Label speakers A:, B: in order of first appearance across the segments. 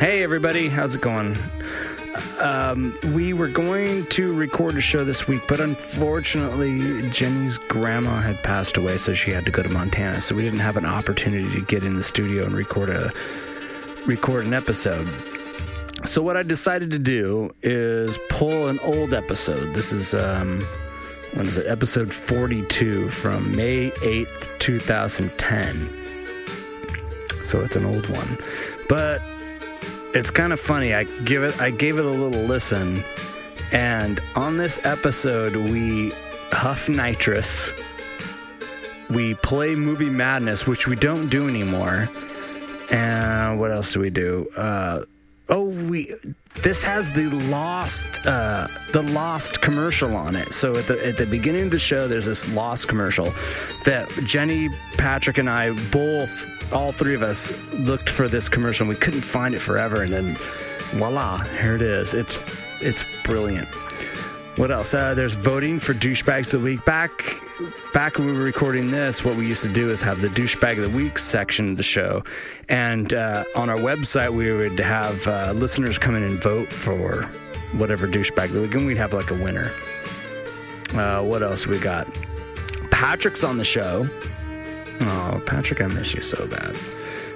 A: everybody. How's it going? Um, we were going to record a show this week, but unfortunately, Jenny's grandma had passed away, so she had to go to Montana. So we didn't have an opportunity to get in the studio and record a record an episode. So what I decided to do is pull an old episode. This is um, what is it? Episode 42 from May 8th, 2010. So it's an old one. But it's kind of funny. I give it I gave it a little listen and on this episode we huff nitrous. We play movie madness, which we don't do anymore. And what else do we do? Uh, oh, we this has the lost uh, the lost commercial on it. So at the at the beginning of the show, there's this lost commercial that Jenny, Patrick, and I both, all three of us, looked for this commercial. and We couldn't find it forever, and then voila, here it is. It's it's brilliant. What else? Uh, there's voting for douchebags of the week. Back, back when we were recording this, what we used to do is have the douchebag of the week section of the show, and uh, on our website we would have uh, listeners come in and vote for whatever douchebag of the week, and we'd have like a winner. Uh, what else we got? Patrick's on the show. Oh, Patrick, I miss you so bad.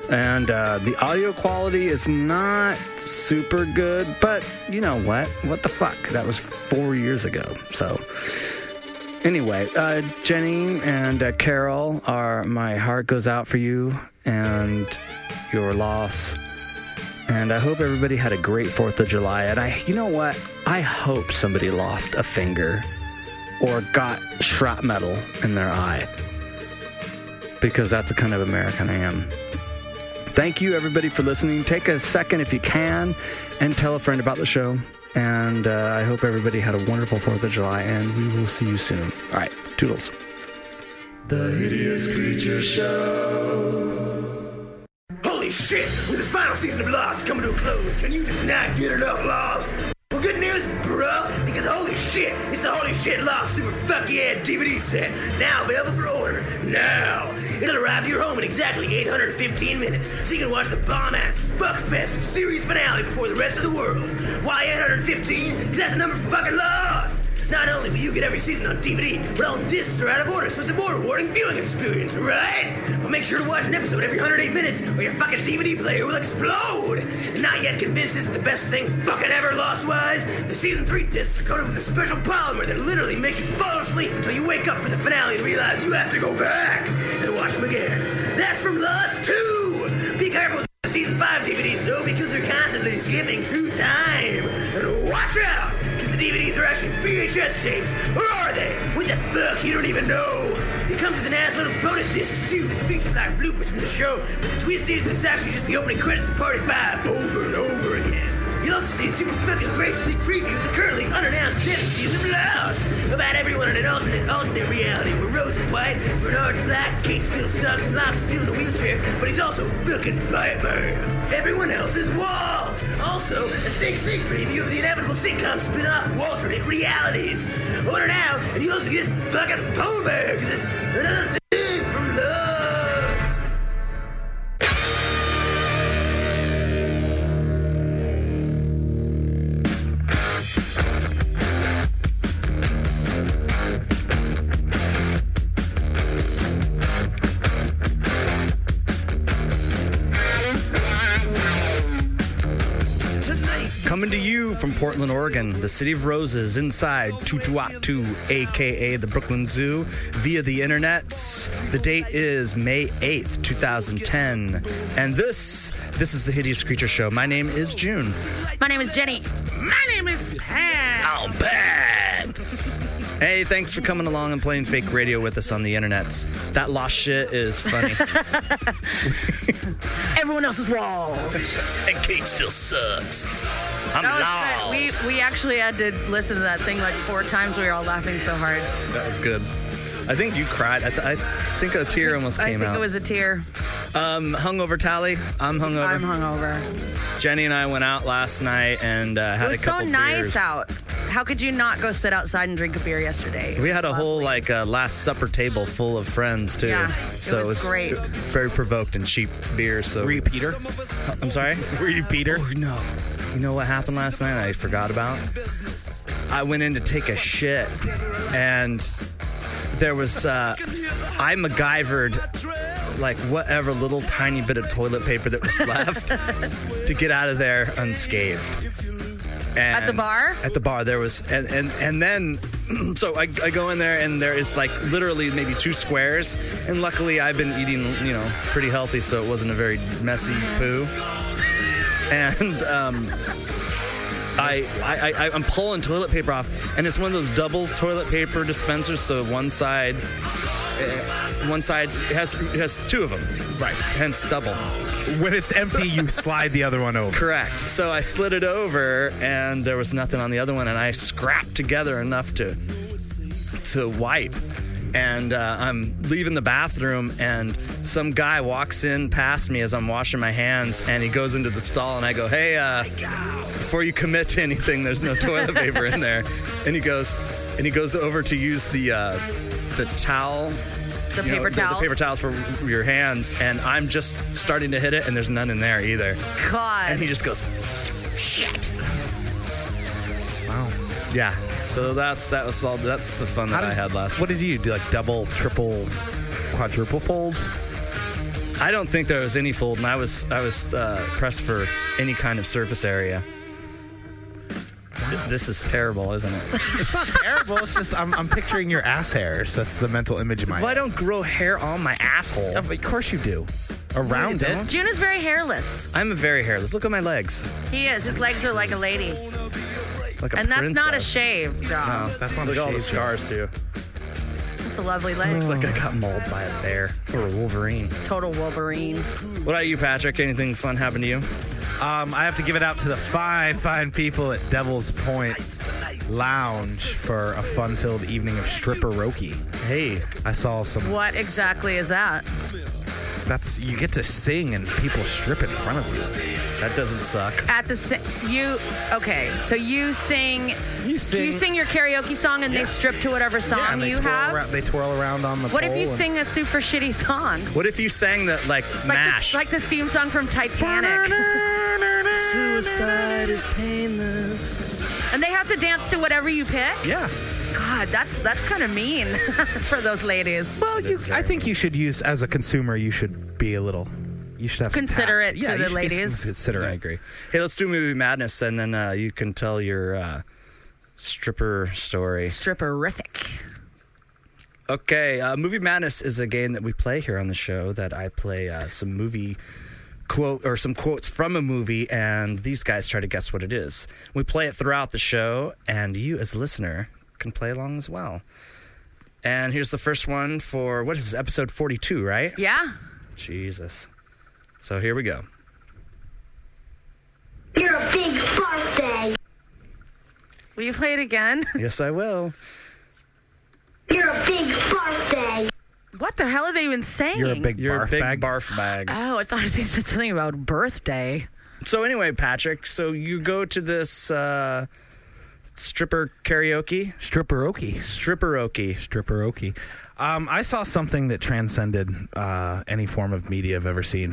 A: And uh, the audio quality is not super good, but you know what? What the fuck? That was four years ago. So, anyway, uh, Jenny and uh, Carol are my heart goes out for you and your loss. And I hope everybody had a great 4th of July. And I, you know what? I hope somebody lost a finger or got shrap metal in their eye because that's the kind of American I am. Thank you, everybody, for listening. Take a second if you can and tell a friend about the show. And uh, I hope everybody had a wonderful 4th of July, and we will see you soon. All right, toodles.
B: Holy shit! With the final season of Lost coming to a close, can you just not get enough Lost? Well, good news, bro, because holy shit, it's the holy shit Lost Super Fuck Yeah DVD set, now available for order. Now! It'll arrive to your home in exactly 815 minutes, so you can watch the bomb-ass Fuckfest series finale before the rest of the world. Why 815? Because that's the number for fucking Lost! Not only will you get every season on DVD, but all discs are out of order, so it's a more rewarding viewing experience, right? But make sure to watch an episode every 108 minutes, or your fucking DVD player will explode! And not yet convinced this is the best thing fucking ever Lost-wise? The season 3 discs are coated with a special polymer that literally make you fall asleep until you wake up for the finale and realize you have to go back and watch them again. That's from Lost 2! Be careful with the Season 5 DVDs, though, because they're constantly skipping through time! And watch out! Because the DVDs are actually VHS tapes, or are they? What the fuck? You don't even know. It comes with an ass load of bonus discs too, with features like bloopers from the show. But the twist is, it's actually just the opening credits to Party Five over and over again. You'll also see a super fucking great sneak preview of the currently unannounced seventh season of Lost, about everyone in an alternate, alternate reality where Rose is white, Bernard's black, Kate still sucks, and Locke's still in a wheelchair, but he's also fucking Batman. Everyone else is Walt. Also, a sneak sneak preview of the inevitable sitcom spin-off Alternate Realities. Order now, and you'll also get fucking Polar Bear, 'cause it's another thing from Lost.
A: Coming to you from Portland, Oregon, the City of Roses, inside Tutuatu, aka the Brooklyn Zoo, via the internets. The date is May 8th, 2010. And this this is the Hideous Creature Show. My name is June.
C: My name is Jenny. My name is Pat.
A: I'm bad. Hey, thanks for coming along and playing fake radio with us on the internets. That lost shit is funny.
C: Everyone else's wall.
B: And Kate still sucks.
D: I'm
E: That
D: lost.
E: was good. We we actually had to listen to that thing like four times. We were all laughing so hard.
D: That was good. I think you cried. I, th- I think a tear almost
E: I
D: came
E: think
D: out.
E: it was a tear.
D: um, hungover tally. I'm hungover.
E: I'm hungover.
D: Jenny and I went out last night and uh,
E: It
D: had
E: was
D: a
E: so
D: couple
E: nice
D: beers.
E: out. How could you not go sit outside and drink a beer yesterday?
D: We had a whole like uh, last supper table full of friends too.
E: Yeah, it
D: so
E: was great.
D: Very provoked and cheap beer. So
A: Were you Peter?
D: I'm sorry.
A: Were you Peter?
D: Oh, no. You know what happened last night? I forgot about. I went in to take a shit, and there was uh, I MacGyvered like whatever little tiny bit of toilet paper that was left to get out of there unscathed. And
E: At the bar?
D: At the bar, there was, and and and then, so I, I go in there and there is like literally maybe two squares, and luckily I've been eating you know pretty healthy, so it wasn't a very messy
E: Mm-hmm.
D: poo and um, I, I, I, I'm pulling toilet paper off, and it's one of those double toilet paper dispensers. So one side, eh, one side has has two of them,
F: Right.
D: hence double.
F: When it's empty, you slide the other one over.
D: Correct. So I slid it over, and there was nothing on the other one, and I scrapped together enough to to wipe. And uh, I'm leaving the bathroom, and some guy walks in past me as I'm washing my hands, and he goes into the stall, and I go, "Hey, uh, before you commit to anything, there's no toilet paper in there." And he goes, and he goes over to use the uh, the towel
E: The
D: you know,
E: paper
D: the-
E: towels.
D: The, paper towels for your hands, and I'm just starting to hit it, and there's none in there either.
E: God.
D: And he just goes, shit. Wow. Yeah. So that's that was all. That's the fun that I had last.
F: What did you do? Like double, triple, quadruple fold?
D: I don't think there was any fold, and I was I was uh, pressed for any kind of surface area. Th- This is terrible, isn't it?
F: It's not terrible. It's just I'm, I'm picturing your ass hairs. That's the mental image in my
D: Well, I
F: head.
D: don't grow hair on my asshole.
F: Of course you do. Around
D: No, you
F: it.
D: don't.
E: June is very hairless.
D: I'm a very hairless. Look at my legs,
E: He is. His legs are like a lady,
D: like a
E: and that's not a
D: princess.
E: shave, John.
D: No,
F: That's not
D: Look
F: a
D: at all the
F: shave.
D: scars too.
E: It's a lovely leg.
D: Looks like I got mauled by a bear or a wolverine.
E: Total Wolverine.
D: What about you, Patrick? Anything fun happened to you?
F: Um, I have to give it out to the fine, fine people at Devil's Point Lounge for a fun-filled evening of stripper roki.
D: Hey,
F: I saw some.
E: What exactly is that?
F: That's you get to sing and people strip in front of you.
D: that doesn't suck.
E: At the si- you okay? So you sing,
F: You sing.
E: you sing your karaoke song, and they strip to whatever song
F: Yeah, and they
E: you
F: twirl
E: have.
F: Around, they twirl around on the.
E: What if
F: pole
E: you
F: and-
E: sing a super shitty song?
D: What if you sang that like,
E: Like
D: mash?
E: the, like the theme song from Titanic,
D: Suicide is painless.
E: and they have to dance to whatever you pick.
F: Yeah.
E: God, that's that's kind of mean for those ladies.
F: Well, you, I think you should use as a consumer. You should be a little. You should have
E: Considerate
F: tact.
E: to
F: yeah,
E: the
F: you should be
E: ladies.
F: Considerate.
D: I agree. Hey, let's do movie madness, and then uh, you can tell your uh, stripper story.
E: Stripperific.
D: Okay, uh, movie madness is a game that we play here on the show that I play uh, some movie quote or some quotes from a movie, and these guys try to guess what it is. We play it throughout the show, and you as a listener can play along as well. And here's the first one for what is this episode 42, right?
E: Yeah.
D: Jesus. So here we go.
G: You're a big birthday.
E: Will you play it again?
D: Yes, I will.
G: You're a big birthday.
E: What the hell are they even saying?
F: You're a big
D: Your
F: barf
D: big
F: bag.
D: barf bag.
E: Oh, I thought they said something about birthday.
D: So anyway, Patrick, so you go to this uh, stripper karaoke,
F: Stripperoki.
D: stripperoke.
F: Stripperoki. Um, I saw something that transcended uh, any form of media I've ever seen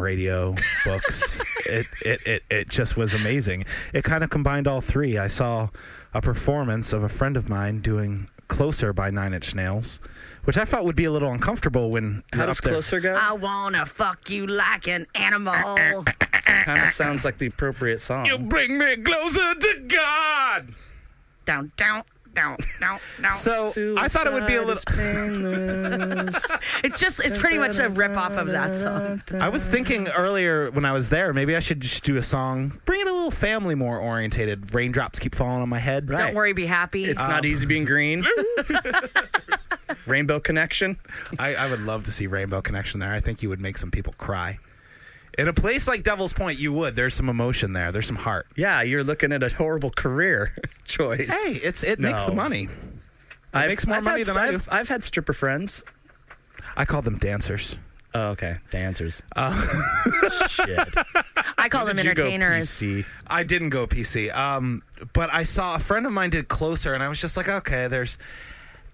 F: radio, books. it, it, it, it just was amazing. It kind of combined all three. I saw a performance of a friend of mine doing Closer by Nine Inch Nails, which I thought would be a little uncomfortable when.
D: How
F: you're
D: does
F: up there.
D: closer go?
E: I wanna fuck you like an animal.
D: Kind of sounds like the appropriate song.
F: Bring me closer to God!
E: down, down, down, down, down.
F: So I thought it would be a little.
E: it's just, it's pretty much a rip off of that song.
F: I was thinking earlier when I was there, maybe I should just do a song, bring it a little family more orientated. Raindrops keep falling on my head.
D: Right.
E: Don't worry, be happy.
D: It's
F: Ah.
D: not easy being green. Rainbow connection.
F: I, I would love to see Rainbow Connection there. I think you would make some people cry In a place like Devil's Point, you would. There's some emotion there. There's some heart.
D: Yeah, you're looking at a horrible career choice.
F: Hey, it's it makes
D: No.
F: the money.
D: I
F: makes more money than I do.
D: I've, I've had stripper friends.
F: I call them dancers.
D: Oh, okay. Dancers. Oh.
F: Uh,
D: Shit. E
E: I call them
D: Did you go
E: entertainers.
D: PC?
F: I didn't go PC. Um, but I saw a friend of mine did closer, and I was just like, okay, there's.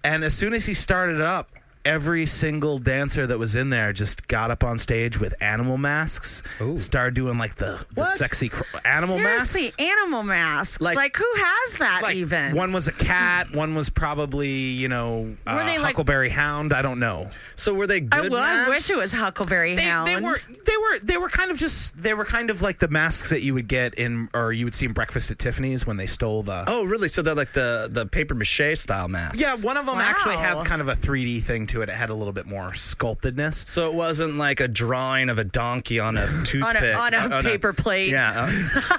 F: And as soon as he started up, every single dancer that was in there just got up on stage with animal masks, started doing like the, the
D: What?
F: sexy cr- animal
E: Seriously,
F: masks.
E: animal masks.
F: Like-
E: Like, who has that
F: Like,
E: even?
F: One was a cat. One was probably you know uh,
E: they, like-
F: Huckleberry Hound. I don't know.
D: So were they
E: I,
F: Oh,
D: good
E: well, I wish it was
D: masks?
E: Huckleberry
F: They,
E: Hound.
F: they were they were they were kind of just they were kind of like the masks that you would get in or you would see in Breakfast at Tiffany's when they stole the
D: Oh, really? So they're like the, the paper mache style masks.
F: Yeah, one of them actually
E: Wow.
F: had kind of a 3D thing to it. It had a little bit more sculptedness.
D: So it wasn't like a drawing of a donkey on a
E: on
D: toothpick.
E: a, on a paper plate.
D: Yeah. uh,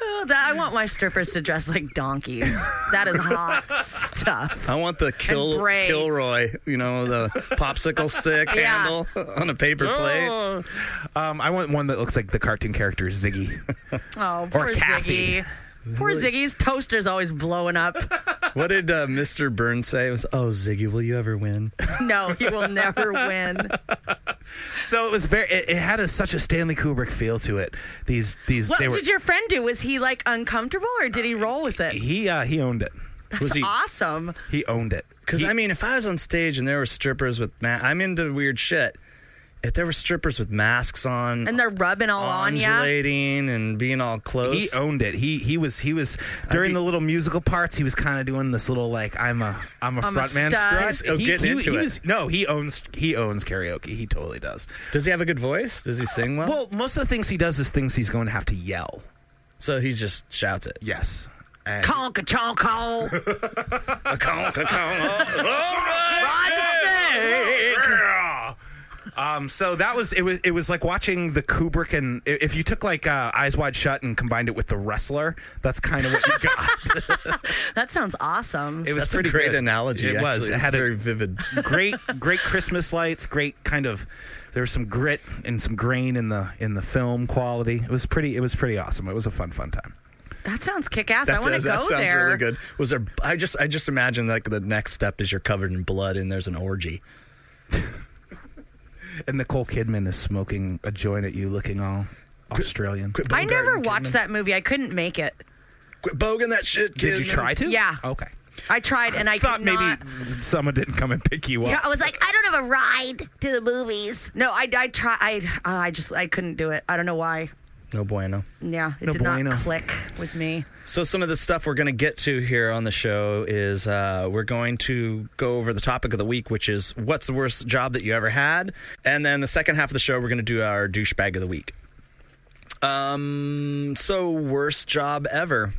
E: Oh, that, I want my strippers to dress like donkeys. That is hot stuff.
D: I want the kill,
E: braid.
D: Kilroy, you know, the popsicle stick
E: Yeah.
D: handle on a paper plate.
F: Um, I want one that looks like the cartoon character Ziggy.
E: Oh, poor
F: Kathy.
E: Ziggy. Poor Ziggy's toaster's always blowing up.
D: What did uh, Mr. Burns say? It was, oh, Ziggy, will you ever win?
E: No, he will never win.
F: so it was very. It, it had a, such a Stanley Kubrick feel to it. These these
E: What
F: they were.
E: did your friend do? Was he like uncomfortable or did he roll with it?
F: he uh, he owned it.
D: was he?
E: Awesome.
F: He owned it.
D: Because,
F: He-
D: I mean, if I was on stage and there were strippers with ma I'm into weird shit. If there were strippers with masks on,
E: And they're rubbing all on you.
D: undulating and being all close.
F: he owned it. He he was he was during
D: be-
F: the little musical parts. He was kind of doing this little like I'm a I'm a
E: I'm a
F: frontman
E: stud.
F: strut.
D: Oh,
F: he,
D: getting
F: he-
D: into
F: he
D: it.
F: Was, no, he owns he owns karaoke. He totally does.
D: Does he have a good voice? Does he sing well?
F: Well, most of the things he does is things he's going to have to yell.
D: so he just shouts it.
F: Yes. And-
E: Conk a chonk hole.
F: Um, so that was it was it was like watching the Kubrick and i- if you took like uh, Eyes Wide Shut and combined it with The Wrestler, that's kind of what you got.
E: That sounds awesome.
F: It was
D: That's
F: pretty
D: a great
F: good.
D: analogy.
F: It was.
D: actually.
F: It
D: It's
F: had a
D: very vivid.
F: great great Christmas lights. Great kind of there was some grit and some grain in the in the film quality. It was pretty. It was pretty awesome. It was a fun fun time.
E: That sounds kick ass. I
D: That,
E: want to
D: does-
E: go
D: that sounds
E: there.
D: really good. Was there? I just I just imagine like the next step is you're covered in blood and there's an orgy.
F: And Nicole Kidman is smoking a joint at you, looking all Australian.
D: Quit
E: I
D: bogarting,
E: never
D: Kidman.
E: watched that movie. I couldn't make it.
D: Quit bogan that shit.
F: Did you
D: Kidman.
F: try to?
E: Yeah.
F: Okay.
E: I tried and I,
F: Thought
E: could
F: maybe
E: not.
F: someone didn't come and pick you up.
E: Yeah, I was like, I don't have a ride to the movies. No, I, I try. I, uh, I just, I couldn't do it. I don't know why.
D: No bueno.
E: Yeah, it
F: No
E: did
F: bueno.
E: not click with me.
D: So some of the stuff we're going to get to here on the show is uh, we're going to go over the topic of the week, which is what's the worst job that you ever had, and then the second half of the show we're going to do our douchebag of the week. Um, so worst job ever.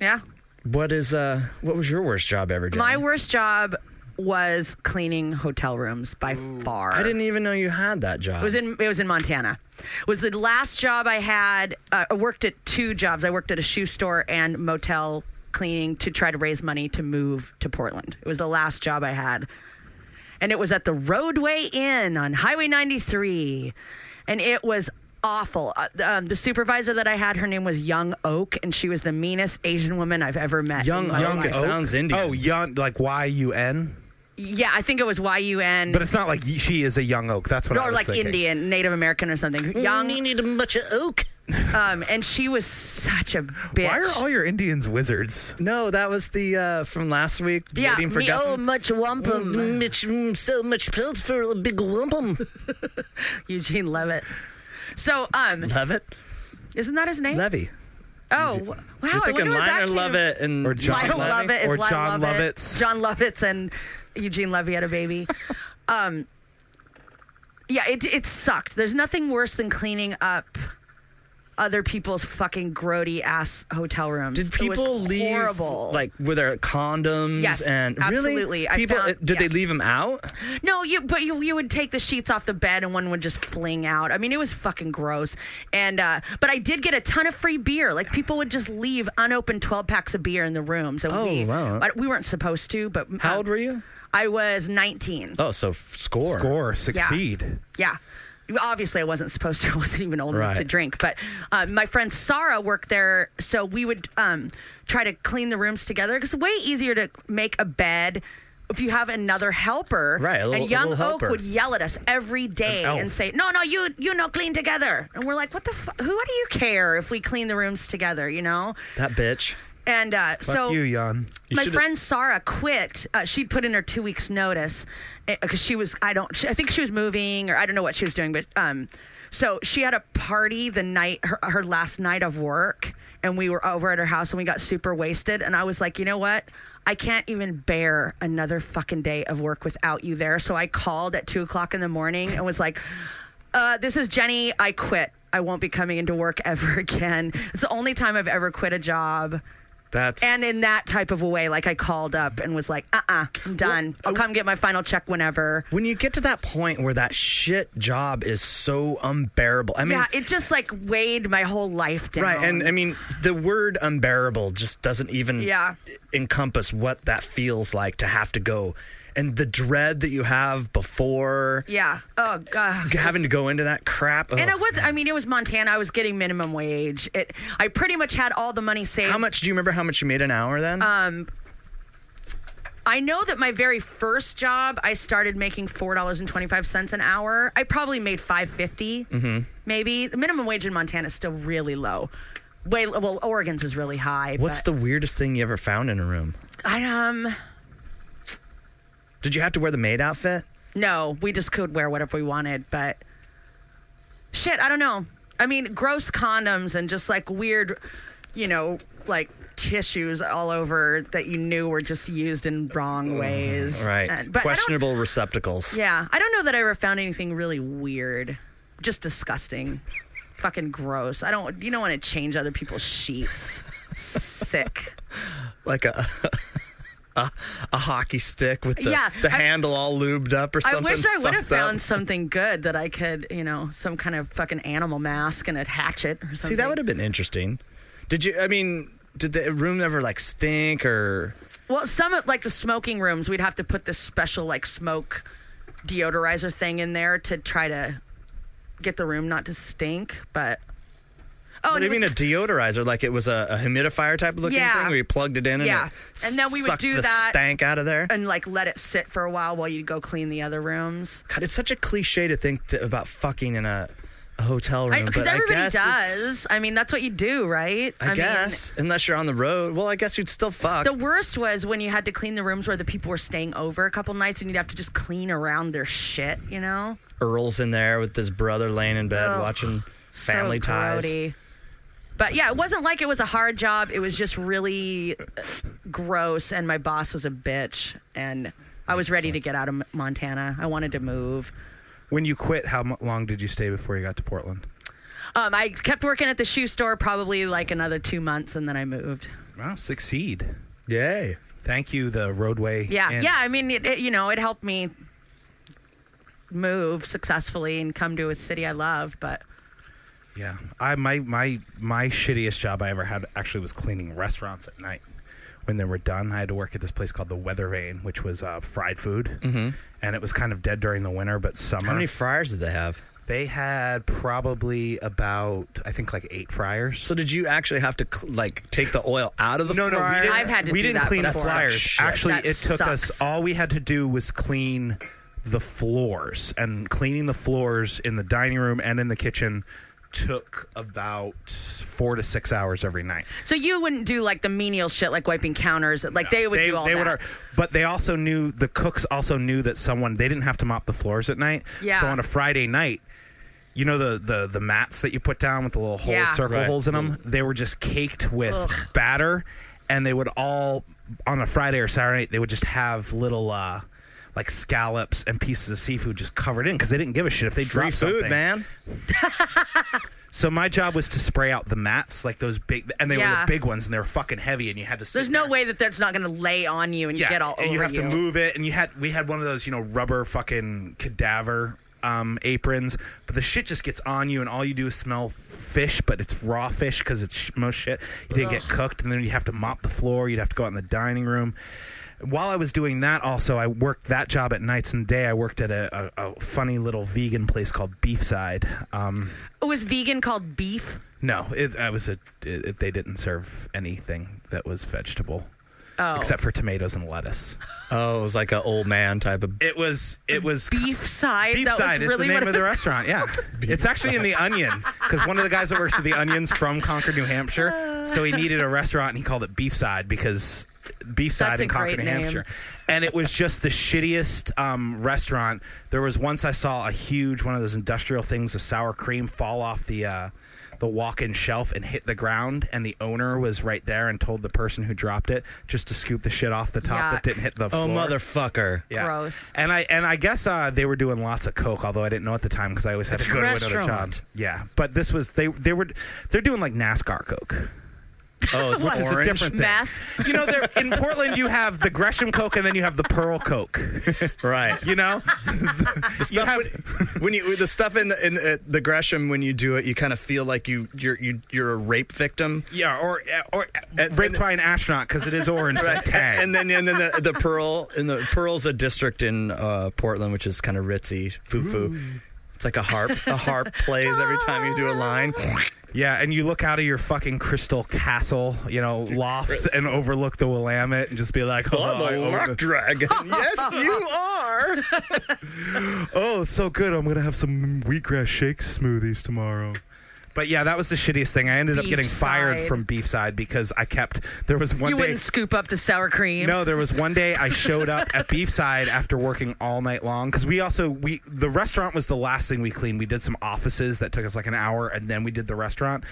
E: Yeah.
D: What is uh, what was your worst job ever? Jenny?
E: My worst job was cleaning hotel rooms by far.
D: I didn't even know you had that job.
E: It was in it was in Montana. It was the last job I had. Uh, I worked at two jobs. I worked at a shoe store and motel cleaning to try to raise money to move to Portland. It was the last job I had. And it was at the Roadway Inn on Highway 93. And it was awful. Uh, um, the supervisor that I had, her name was Young Oak, and she was the meanest Asian woman I've ever met.
D: Young
E: in my
D: Young
E: life.
D: It Oak? sounds Indian.
F: Oh, young like Y U N,
E: Yeah, I think it was YUN.
F: but it's not like y- she is a young oak. That's what I
E: or
F: was
E: like
F: thinking.
E: Indian, Native American, or something. Young,
D: Mm, need a bunch of oak.
E: um, and she was such a bitch.
F: Why are all your Indians wizards?
D: No, that was the uh, from last week.
E: yeah,
D: waiting for
E: me
D: Guffin.
E: oh much wampum,
D: mm, so much pills for a big wampum.
E: Eugene Levitt. So, um,
D: Levitt?
E: isn't that his name?
D: Levy.
E: Oh, wh- wow!
D: You're
E: I
D: thinking
E: wonder where that
D: Lionel
E: came-
D: Lovett and
F: Or John
E: Lionel
F: Levy?
E: Lovett if
F: Or
E: Lionel
F: John
E: Lovett-
F: Lovitz?
E: John Lovitz and Eugene Levy had a baby. um, yeah, it it sucked. There's nothing worse than cleaning up other people's fucking grody ass hotel rooms.
D: Did
E: It was
D: people leave
E: horrible?
D: like with their condoms
E: Yes,
D: and really
E: absolutely. I
D: people uh,
E: found-
D: did they
E: yes.
D: leave them out?
E: No, you but you you would take the sheets off the bed and one would just fling out. I mean, it was fucking gross. And uh but I did get a ton of free beer. Like people would just leave unopened 12 packs of beer in the rooms and
D: Oh,
E: we
D: wow.
E: I- we weren't supposed to, but uh,
D: How old were you?
E: I was 19.
D: Oh, so f- score.
F: Score, succeed.
E: Yeah. Obviously, I wasn't supposed to. I wasn't even old
D: Right.
E: enough to drink. But uh, my friend Sarah worked there, so we would um, try to clean the rooms together because it's way easier to make a bed if you have another helper.
D: Right, a little- a
E: and young
D: little helper.
E: Oak would yell at us every day
D: elf.
E: and say, "No, no, you you no clean together." And we're like, "What the? Fu- who? What do you care if we clean the rooms together? You know?"
D: That bitch.
E: And uh,
F: Fuck
E: so
F: you, Jan.
E: my
D: should've-
E: friend Sarah quit. Uh, she'd put in her two weeks notice because she was I don't she, I think she was moving or I don't know what she was doing, but um, so she had a party the night her, her last night of work, and we were over at her house and we got super wasted, and I was like, you know what. I can't even bear another fucking day of work without you there. So I called at two o'clock in the morning and was like, uh, this is Jenny. I quit. I won't be coming into work ever again. It's the only time I've ever quit a job.
D: That's
E: And in that type of a way, like I called up and was like, uh uh-uh, uh, i am done. I'll come get my final check whenever.
D: when you get to that point where that shit job is so unbearable. I mean,
E: yeah, it just like weighed my whole life down.
D: Right, and I mean the word unbearable just doesn't even
E: Yeah.
D: encompass what that feels like to have to go, and the dread that you have before
E: yeah. Oh, God.
D: having to go into that crap.
E: And
D: Ugh.
E: it was, I mean, it was Montana. I was getting minimum wage. It, I pretty much had all the money saved.
D: how much do you remember? How much you made an hour then?
E: Uh, I know that my very first job, I started making four dollars and twenty five cents an hour. I probably made five
D: Mm-hmm.
E: maybe. The minimum wage in Montana is still really low. Way well, Oregon's is really high.
D: What's
E: but
D: the weirdest thing you ever found in a room?
E: I um.
D: Did you have to wear the maid outfit?
E: No, we just could wear whatever we wanted, but shit, I don't know. I mean, gross condoms and just like weird, you know, like tissues all over that you knew were just used in wrong ways. And- Uh, but I don't-
D: Questionable receptacles.
E: yeah, I don't know that I ever found anything really weird, just disgusting, fucking gross. I don't. You don't want to change other people's sheets. Sick.
D: Like a. A, a hockey stick with the,
E: Yeah,
D: the
E: I-
D: handle all lubed up or
E: I
D: something.
E: wish I would have
D: fucked up.
E: found something good that I could, you know, some kind of fucking animal mask and a hatchet or something.
D: See, that would have been interesting. Did you? I mean, did the room ever like stink or?
E: Well, some of like the smoking rooms, we'd have to put this special like smoke deodorizer thing in there to try to get the room not to stink. But oh,
D: What
E: and it
D: do you mean a
E: was-
D: deodorizer? Like it was a, a humidifier type of looking
E: Yeah.
D: thing where you plugged it in and
E: Yeah.
D: it
E: And then we would
D: sucked
E: do
D: the
E: that-
D: stank out of there.
E: and like let it sit for a while while you'd go clean the other rooms.
D: God, it's such a cliche to think th- about fucking in a, a hotel room,
E: Because
D: but I
E: everybody
D: guess it's-
E: does. I mean, that's what you do, right?
D: I,
E: mean,
D: guess unless you're on the road. Well, I guess you'd still fuck.
E: The worst was when you had to clean the rooms where the people were staying over a couple nights and you'd have to just clean around their shit, you know?
D: Earl's in there with his brother laying in bed
E: Ugh,
D: watching
E: so
D: Family Ties.
E: grody. But yeah, it wasn't like it was a hard job. It was just really uh, gross, and my boss was a bitch, and I was ready to get out of M- Montana. I wanted to move.
F: When you quit, how mu- long did you stay before you got to Portland?
E: Um, I kept working at the shoe store probably like another two months, and then I moved.
F: Wow, succeed.
D: Yay.
F: Thank you, the roadway.
E: Yeah,
F: Inn.
E: yeah. I mean, it, it, you know, it helped me move successfully and come to a city I love. But
F: Yeah, I my my my shittiest job I ever had actually was cleaning restaurants at night. When they were done, I had to work at this place called the Weather Vane, which was uh, fried food, mm-hmm. and it was kind of dead during the winter, but summer.
D: How many fryers did they have?
F: they had probably about I think like eight fryers.
D: So did you actually have to cl- like take the oil out of the
F: no, no, we
D: fryer?
F: didn't,
E: I've had to
F: we
E: do
F: didn't
E: that
F: clean the
E: before.
F: fryers.
D: Shit.
F: Actually,
E: That
F: it took
E: sucks.
F: us all we had to do was clean the floors, and cleaning the floors in the dining room and in the kitchen took about four to six hours every night.
E: so you wouldn't do like the menial shit, like wiping counters. Like they would do all that.
F: ar- but they also knew the cooks also knew that someone they didn't have to mop the floors at night.
E: Yeah.
F: So on a Friday night, you know the the the mats that you put down with the little holes,
E: Yeah.
F: circle
D: Right. Mm-hmm.
F: holes in them, they were just caked with
E: Ugh.
F: batter, and they would all on a Friday or Saturday night they would just have little. uh like scallops and pieces of seafood just covered in because they didn't give a shit if they
D: Free
F: dropped
D: food,
F: something.
D: man.
F: So my job was to spray out the mats like those big, and they were
E: Yeah.
F: the big ones, and they were fucking heavy, and you had to. Sit
E: There's no
F: there.
E: way that that's not going to lay on you and get all
F: and
E: over
F: you have to move it and you had we had one of those you know rubber fucking cadaver um, aprons but the shit just gets on you and all you do is smell fish but it's raw fish because it's sh- most shit you didn't get cooked and then you have to mop the floor you'd have to go out in the dining room While I was doing that, also I worked that job at nights and day. I worked at a, a, a funny little vegan place called Beefside. Um,
E: It was vegan called beef.
F: no, it, I was a. It, it- they didn't serve anything that was vegetable,
E: Oh,
F: except for tomatoes and lettuce.
D: Oh, it was like an old man type of.
F: It was. It was
E: beef side.
F: Beefside
E: that was
F: is the
E: really
F: name
E: what
F: of
E: it
F: the
E: was
F: restaurant. Yeah, it's actually in the Onion because one of the guys that works at the Onion's from Concord, New Hampshire. So he needed a restaurant and he called it Beefside because Beefside
E: That's a
F: in Concord, New
E: great name.
F: Hampshire. And it was just the shittiest um, restaurant. There was once I saw a huge one of those industrial things of sour cream fall off the. Uh, the walk-in shelf and hit the ground, and the owner was right there and told the person who dropped it just to scoop the shit off the top that
E: Yuck.
F: didn't hit the
D: Oh,
F: floor.
D: motherfucker.
F: Yeah.
E: Gross.
F: And I and I guess uh, they were doing lots of coke, although I didn't know at the time because I always had
D: It's
F: to
D: a
F: go to another job.
D: restaurant.
F: Yeah, but this was they they were they're doing like NASCAR coke,
D: Oh, it's
F: which is a
D: orange.
F: different thing.
E: Meth.
F: You know, they're, in Portland you have the Gresham coke and then you have the Pearl coke.
D: Right.
F: You know,
D: The stuff
F: have-
D: when, when you the stuff in the, in the, the Gresham when you do it, you kind of feel like you you're you, you're a rape victim.
F: yeah, or or
D: And-
F: raped
D: and-
F: by an astronaut because it is orange.
D: Right. And then and then the, the Pearl and the Pearl's a district in uh, Portland which is kind of ritzy, foo foo. It's like a harp. A harp plays every time you do a line.
F: yeah, and you look out of your fucking crystal castle, you know, loft, and overlook the Willamette, and just be like, "Oh, I own it."
D: dragon. yes, you are.
F: oh, it's so good. I'm going to have some wheatgrass shake smoothies tomorrow. But yeah, that was the shittiest thing. I ended up getting fired
E: Beefside.
F: from Beefside because I kept there was one
E: You
F: day
E: wouldn't scoop up the sour cream.
F: no, there was one day I showed up at Beefside after working all night long because we also we the restaurant was the last thing we cleaned. We did some offices that took us like an hour, and then we did the restaurant.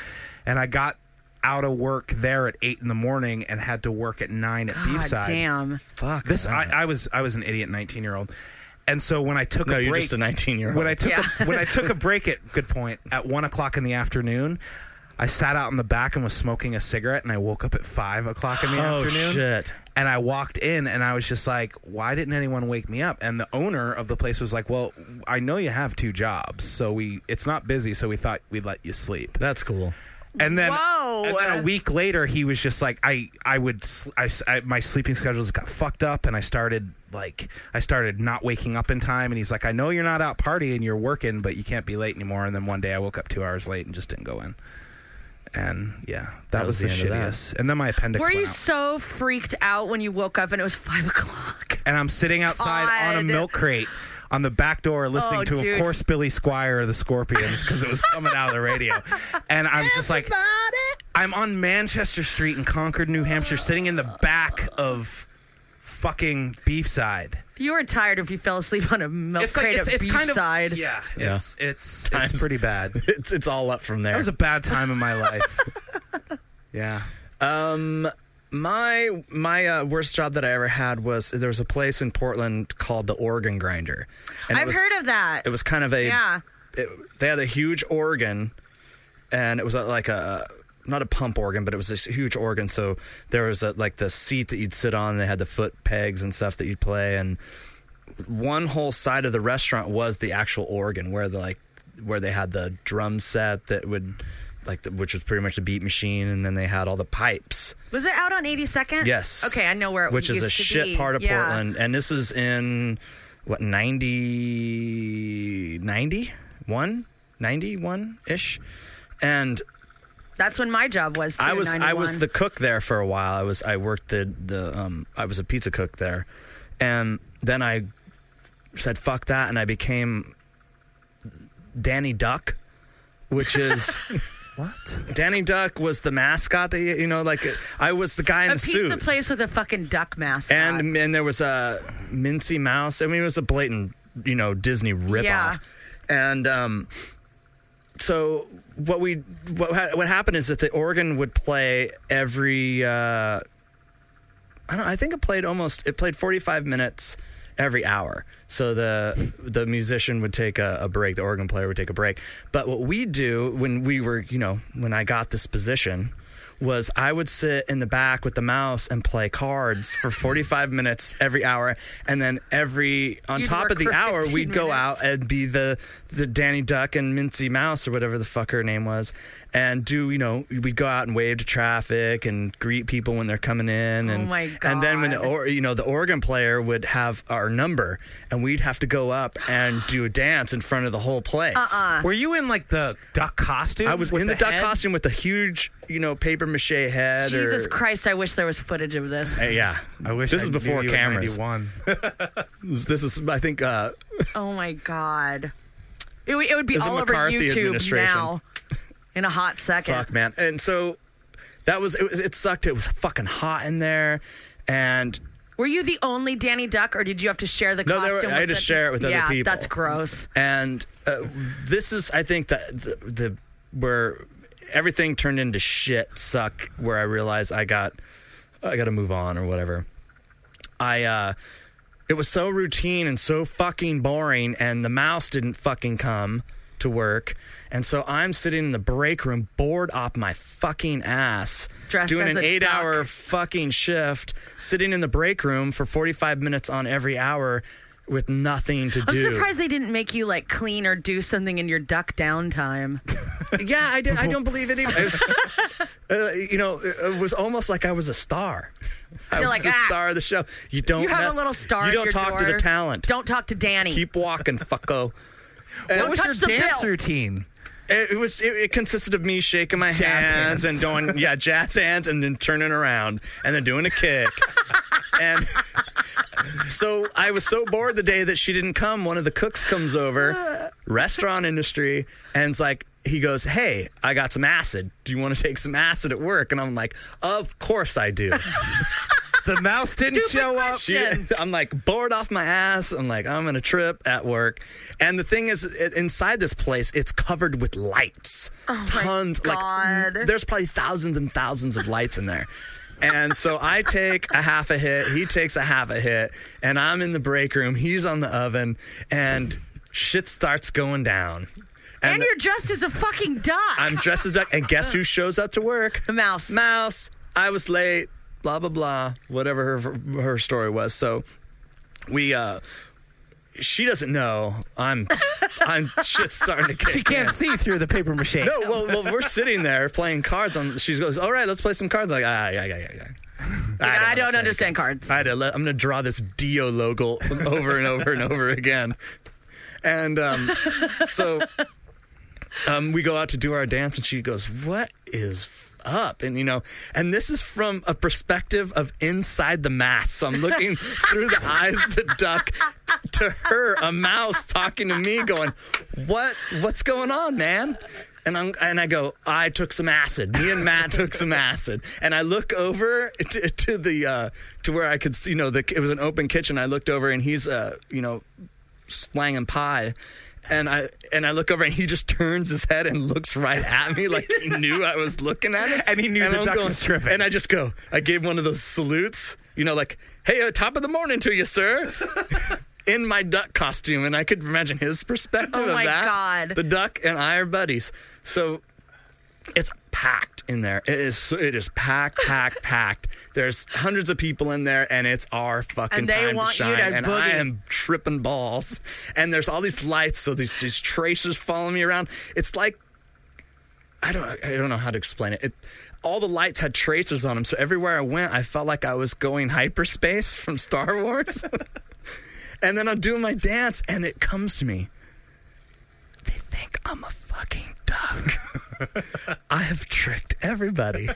F: And I got out of work there at eight in the morning and had to work at nine at
E: God
F: Beefside.
E: damn.
D: Fuck.
F: This I, I was I was an idiot nineteen year old, and so when I took
D: No,
F: a
D: you're
F: break,
D: just a 19-year-old.
F: When I took a,
E: Yeah.
F: when I took a break at good point at one o'clock in the afternoon, I sat out in the back and was smoking a cigarette, and I woke up at five o'clock in the
D: Oh,
F: afternoon.
D: shit.
F: And I walked in, and I was just like, "Why didn't anyone wake me up?" And the owner of the place was like, "Well, I know you have two jobs, so we it's not busy, so we thought we'd let you sleep."
D: That's cool.
F: And then,
E: Whoa.
F: and then a week later, he was just like, I, I would, sl- I, s- I- my sleeping schedules got fucked up, and I started like, I started not waking up in time. And he's like, I know you're not out partying, you're working, but you can't be late anymore. And then one day, I woke up two hours late and just didn't go in. And yeah, that, was,
D: was the
F: the,
D: end of that.
F: shittiest. And then my appendix
E: Were
F: went
E: you
F: out.
E: so freaked out when you woke up and it was five o'clock?
F: and I'm sitting outside on a
E: God.
F: milk crate on the back door listening
E: Oh,
F: to, of
E: dude.
F: course, Billy Squire of the Scorpions because it was coming out of the radio. And I'm just like, I'm on Manchester Street in Concord, New Hampshire, sitting in the back of fucking Beefside.
E: You were tired if you fell asleep on a milk
F: It's like
E: crate
F: it's,
E: at
F: it's
E: beef
F: kind of
E: side.
F: yeah,
D: Yeah.
F: it's it's
D: Times-
F: it's pretty bad. That
D: It's it's all up from there.
F: was a bad time in my life. yeah.
D: my my uh, worst job that I ever had was there was a place in Portland called the Organ Grinder. And it
E: I've
D: was-
E: heard of that.
D: It was kind of a
E: Yeah.
D: It, they had a huge organ, and it was uh, like a not a pump organ, but it was this huge organ. So there was a, like the seat that you'd sit on. And they had the foot pegs and stuff that you'd play, and one whole side of the restaurant was the actual organ where the like where they had the drum set that would like the, which was pretty much a beat machine, and then they had all the pipes.
E: Was it out on 82nd?
D: Yes.
E: Okay, I know where it
D: Which is
E: used
D: a
E: to
D: shit
E: be.
D: part of
E: Yeah.
D: Portland. And this is in what 90 91 91 ish. And
E: That's when my job was. Too,
D: I was I was
E: 91.
D: the cook there for a while. I was I worked the the um I was a pizza cook there. And then I said fuck that and I became Danny Duck, which is
F: What?
D: Danny Duck was the mascot that you you know like I was the guy in
E: a
D: the
E: pizza
D: suit.
E: place with a fucking duck mask.
D: and and there was a Mincy Mouse. I mean, it was a blatant, you know, Disney ripoff.
E: Yeah.
D: And um, so what we what ha- what happened is that the organ would play every. Uh, I don't. I think it played almost. It played forty five minutes every hour. So the the musician would take a, a break. The organ player would take a break. But what we do when we were, you know, when I got this position, was I would sit in the back with the mouse and play cards for forty five minutes every hour, and then every on
E: You'd
D: top
E: work
D: of the
E: for
D: hour
E: 15
D: we'd go
E: minutes.
D: out and be the the Danny Duck and Mincy Mouse or whatever the fuck her name was, and do you know we'd go out and wave to traffic and greet people when they're coming in, and
E: Oh my
D: and then when the
E: God.
D: or you know the organ player would have our number, and we'd have to go up and do a dance in front of the whole place.
E: Uh-uh.
F: Were you in like the duck costume?
D: I was
F: with
D: in the, duck
F: head?
D: costume with a huge you know paper mache head. or-
E: Jesus Christ, I wish there was footage of this.
D: Uh, yeah,
F: I wish
D: this
F: I
D: is
F: knew
D: before
F: you in
D: cameras.
F: 91.
D: This is I think uh,
E: Oh my God. It, would- it would be
D: This is
E: all over
D: McCarthy
E: YouTube
D: administration.
E: now in a hot second.
D: fuck man and so that was it, was it sucked it was fucking hot in there and
E: Were you the only Danny Duck, or did you have to share the
D: No, there
E: costume?
D: were- I had
E: with
D: to
E: the-
D: share it with other
E: yeah,
D: people.
E: that's gross.
D: and uh, this is i think that the, the where everything turned into shit suck where i realized i got i gotta move on or whatever i uh it was so routine and so fucking boring and the mouse didn't fucking come to work and so i'm sitting in the break room bored off my fucking ass
E: Dressed
D: doing
E: as
D: an
E: a
D: eight
E: duck.
D: hour fucking shift sitting in the break room for 45 minutes on every hour with nothing to
E: I'm
D: do
E: surprised they didn't make you like clean or do something in your duck downtime.
D: Yeah, I, did, I don't believe it either. It was, uh, you know, it was almost like I was a star. I
E: You're
D: was
E: like,
D: the
E: "Ah,
D: star of the show. You don't
E: You have
D: mess-
E: a little star.
D: You
E: at
D: don't
E: your
D: talk to the
E: door.
D: talent.
E: Don't talk to Danny.
D: keep walking, fucko.
F: What was
E: touch
F: your
E: the
F: dance
E: bill.
F: routine?
D: It, it was. It, it consisted of me shaking my hands,
F: hands.
D: and doing yeah, jazz hands, and then turning around and then doing a kick. and so I was so bored the day that she didn't come. One of the cooks comes over, restaurant industry, and's like. He goes, Hey, I got some acid. Do you want to take some acid at work? And I'm like, Of course I do.
F: The mouse didn't show up.
D: She- I'm like bored off my ass. I'm like, I'm on a trip at work. And the thing is, i- inside this place, it's covered with lights. Tons. Like,
E: Oh God.
D: there's probably thousands and thousands of lights in there. And so I take a half a hit. He takes a half a hit. And I'm in the break room. He's on the oven. And shit starts going down.
E: and
D: the-
E: you're dressed as a fucking duck.
D: I'm dressed as a duck. And guess who shows up to work?
E: the mouse.
D: Mouse, I was late, blah blah blah, whatever her her story was. So we uh she doesn't know. I'm I'm shit's starting to kick.
F: She can't see through the paper mache.
D: No, well, well, we're sitting there playing cards. On she goes, all right, let's play some cards. I'm like, ah, yeah, yeah, yeah, yeah.
E: I don't
D: wanna play
E: understand cards.
D: I had to let, I'm going to draw this Dio logo over and over and over again, and um, so um, we go out to do our dance, and she goes, "What is up?" And you know, and this is from a perspective of inside the mask. So I'm looking through the eyes of the duck to her, a mouse talking to me, going, "What? What's going on, man?" And I'm, and I go, I took some acid. Me and Matt took some acid. And I look over to, to the uh, to where I could, see, you know, the, it was an open kitchen. I looked over, and he's, uh, you know, slanging pie. And I and I look over and he just turns his head and looks right at me like he knew I was looking at him.
F: And he knew the duck was tripping.
D: And I just go, I gave one of those salutes, you know, like, hey, uh, top of the morning to you, sir. In my duck costume, and I could imagine his perspective
E: Oh
D: of
E: my
D: that.
E: God.
D: The duck and I are buddies. So it's packed in there. It is so- it is packed, packed, packed. There's hundreds of people in there, and it's our fucking
E: And they
D: time
E: want
D: to
E: you
D: shine.
E: to
D: and I
E: boogie.
D: am tripping balls. And there's all these lights, so these these tracers following me around. It's like I don't I don't know how to explain it. it all the lights had tracers on them, so everywhere I went, I felt like I was going hyperspace from Star Wars. and then I'm doing my dance, and it comes to me. They think I'm a fucking duck. I have tricked everybody.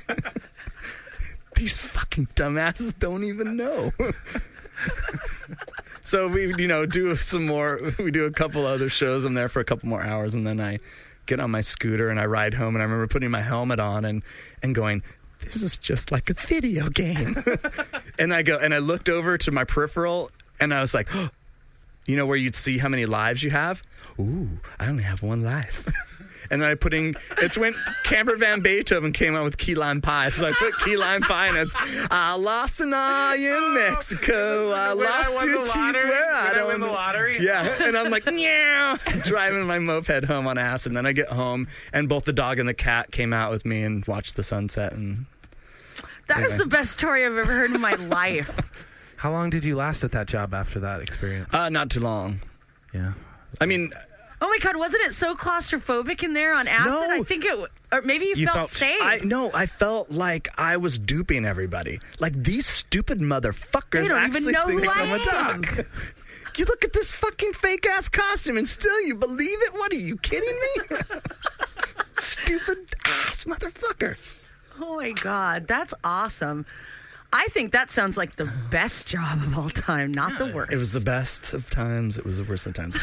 D: These fucking dumbasses don't even know. so we, you know, do some more. We do a couple other shows. I'm there for a couple more hours, and then I get on my scooter and I ride home. And I remember putting my helmet on and and going, "This is just like a video game." and I go and I looked over to my peripheral, and I was like. You know where you'd see how many lives you have? Ooh, I only have one life. and then I put in, it's when Camper Van Beethoven came out with key lime pie. So I put key lime pie and it's, I lost an eye in Mexico. I
F: Oh, When I
D: lost
F: won
D: your
F: the
D: teeth
F: lottery-
D: where I
F: when I
D: don't.
F: won the lottery?
D: Yeah. And I'm like, yeah, driving my moped home on ass. And then I get home and both the dog and the cat came out with me and watched the sunset. And
E: That is
D: Anyway.
E: the best story I've ever heard in my life.
F: How long did you last at that job after that experience?
D: uh, not too long.
F: yeah.
D: I mean,
E: Oh my God, wasn't it so claustrophobic in there on acid?
D: No.
E: I think it, w- or maybe you,
F: You
E: felt,
F: felt-
E: safe.
D: I no, I felt like I was duping everybody. Like these stupid motherfuckers
E: They don't even
D: actually
E: know
D: think
E: who
D: I'm
E: I
D: a duck. You look at this fucking fake ass costume and still you believe it? What are you kidding me? stupid ass motherfuckers.
E: oh my God, that's awesome. I think that sounds like the best job of all time, not the worst.
D: It was the best of times. It was the worst of times.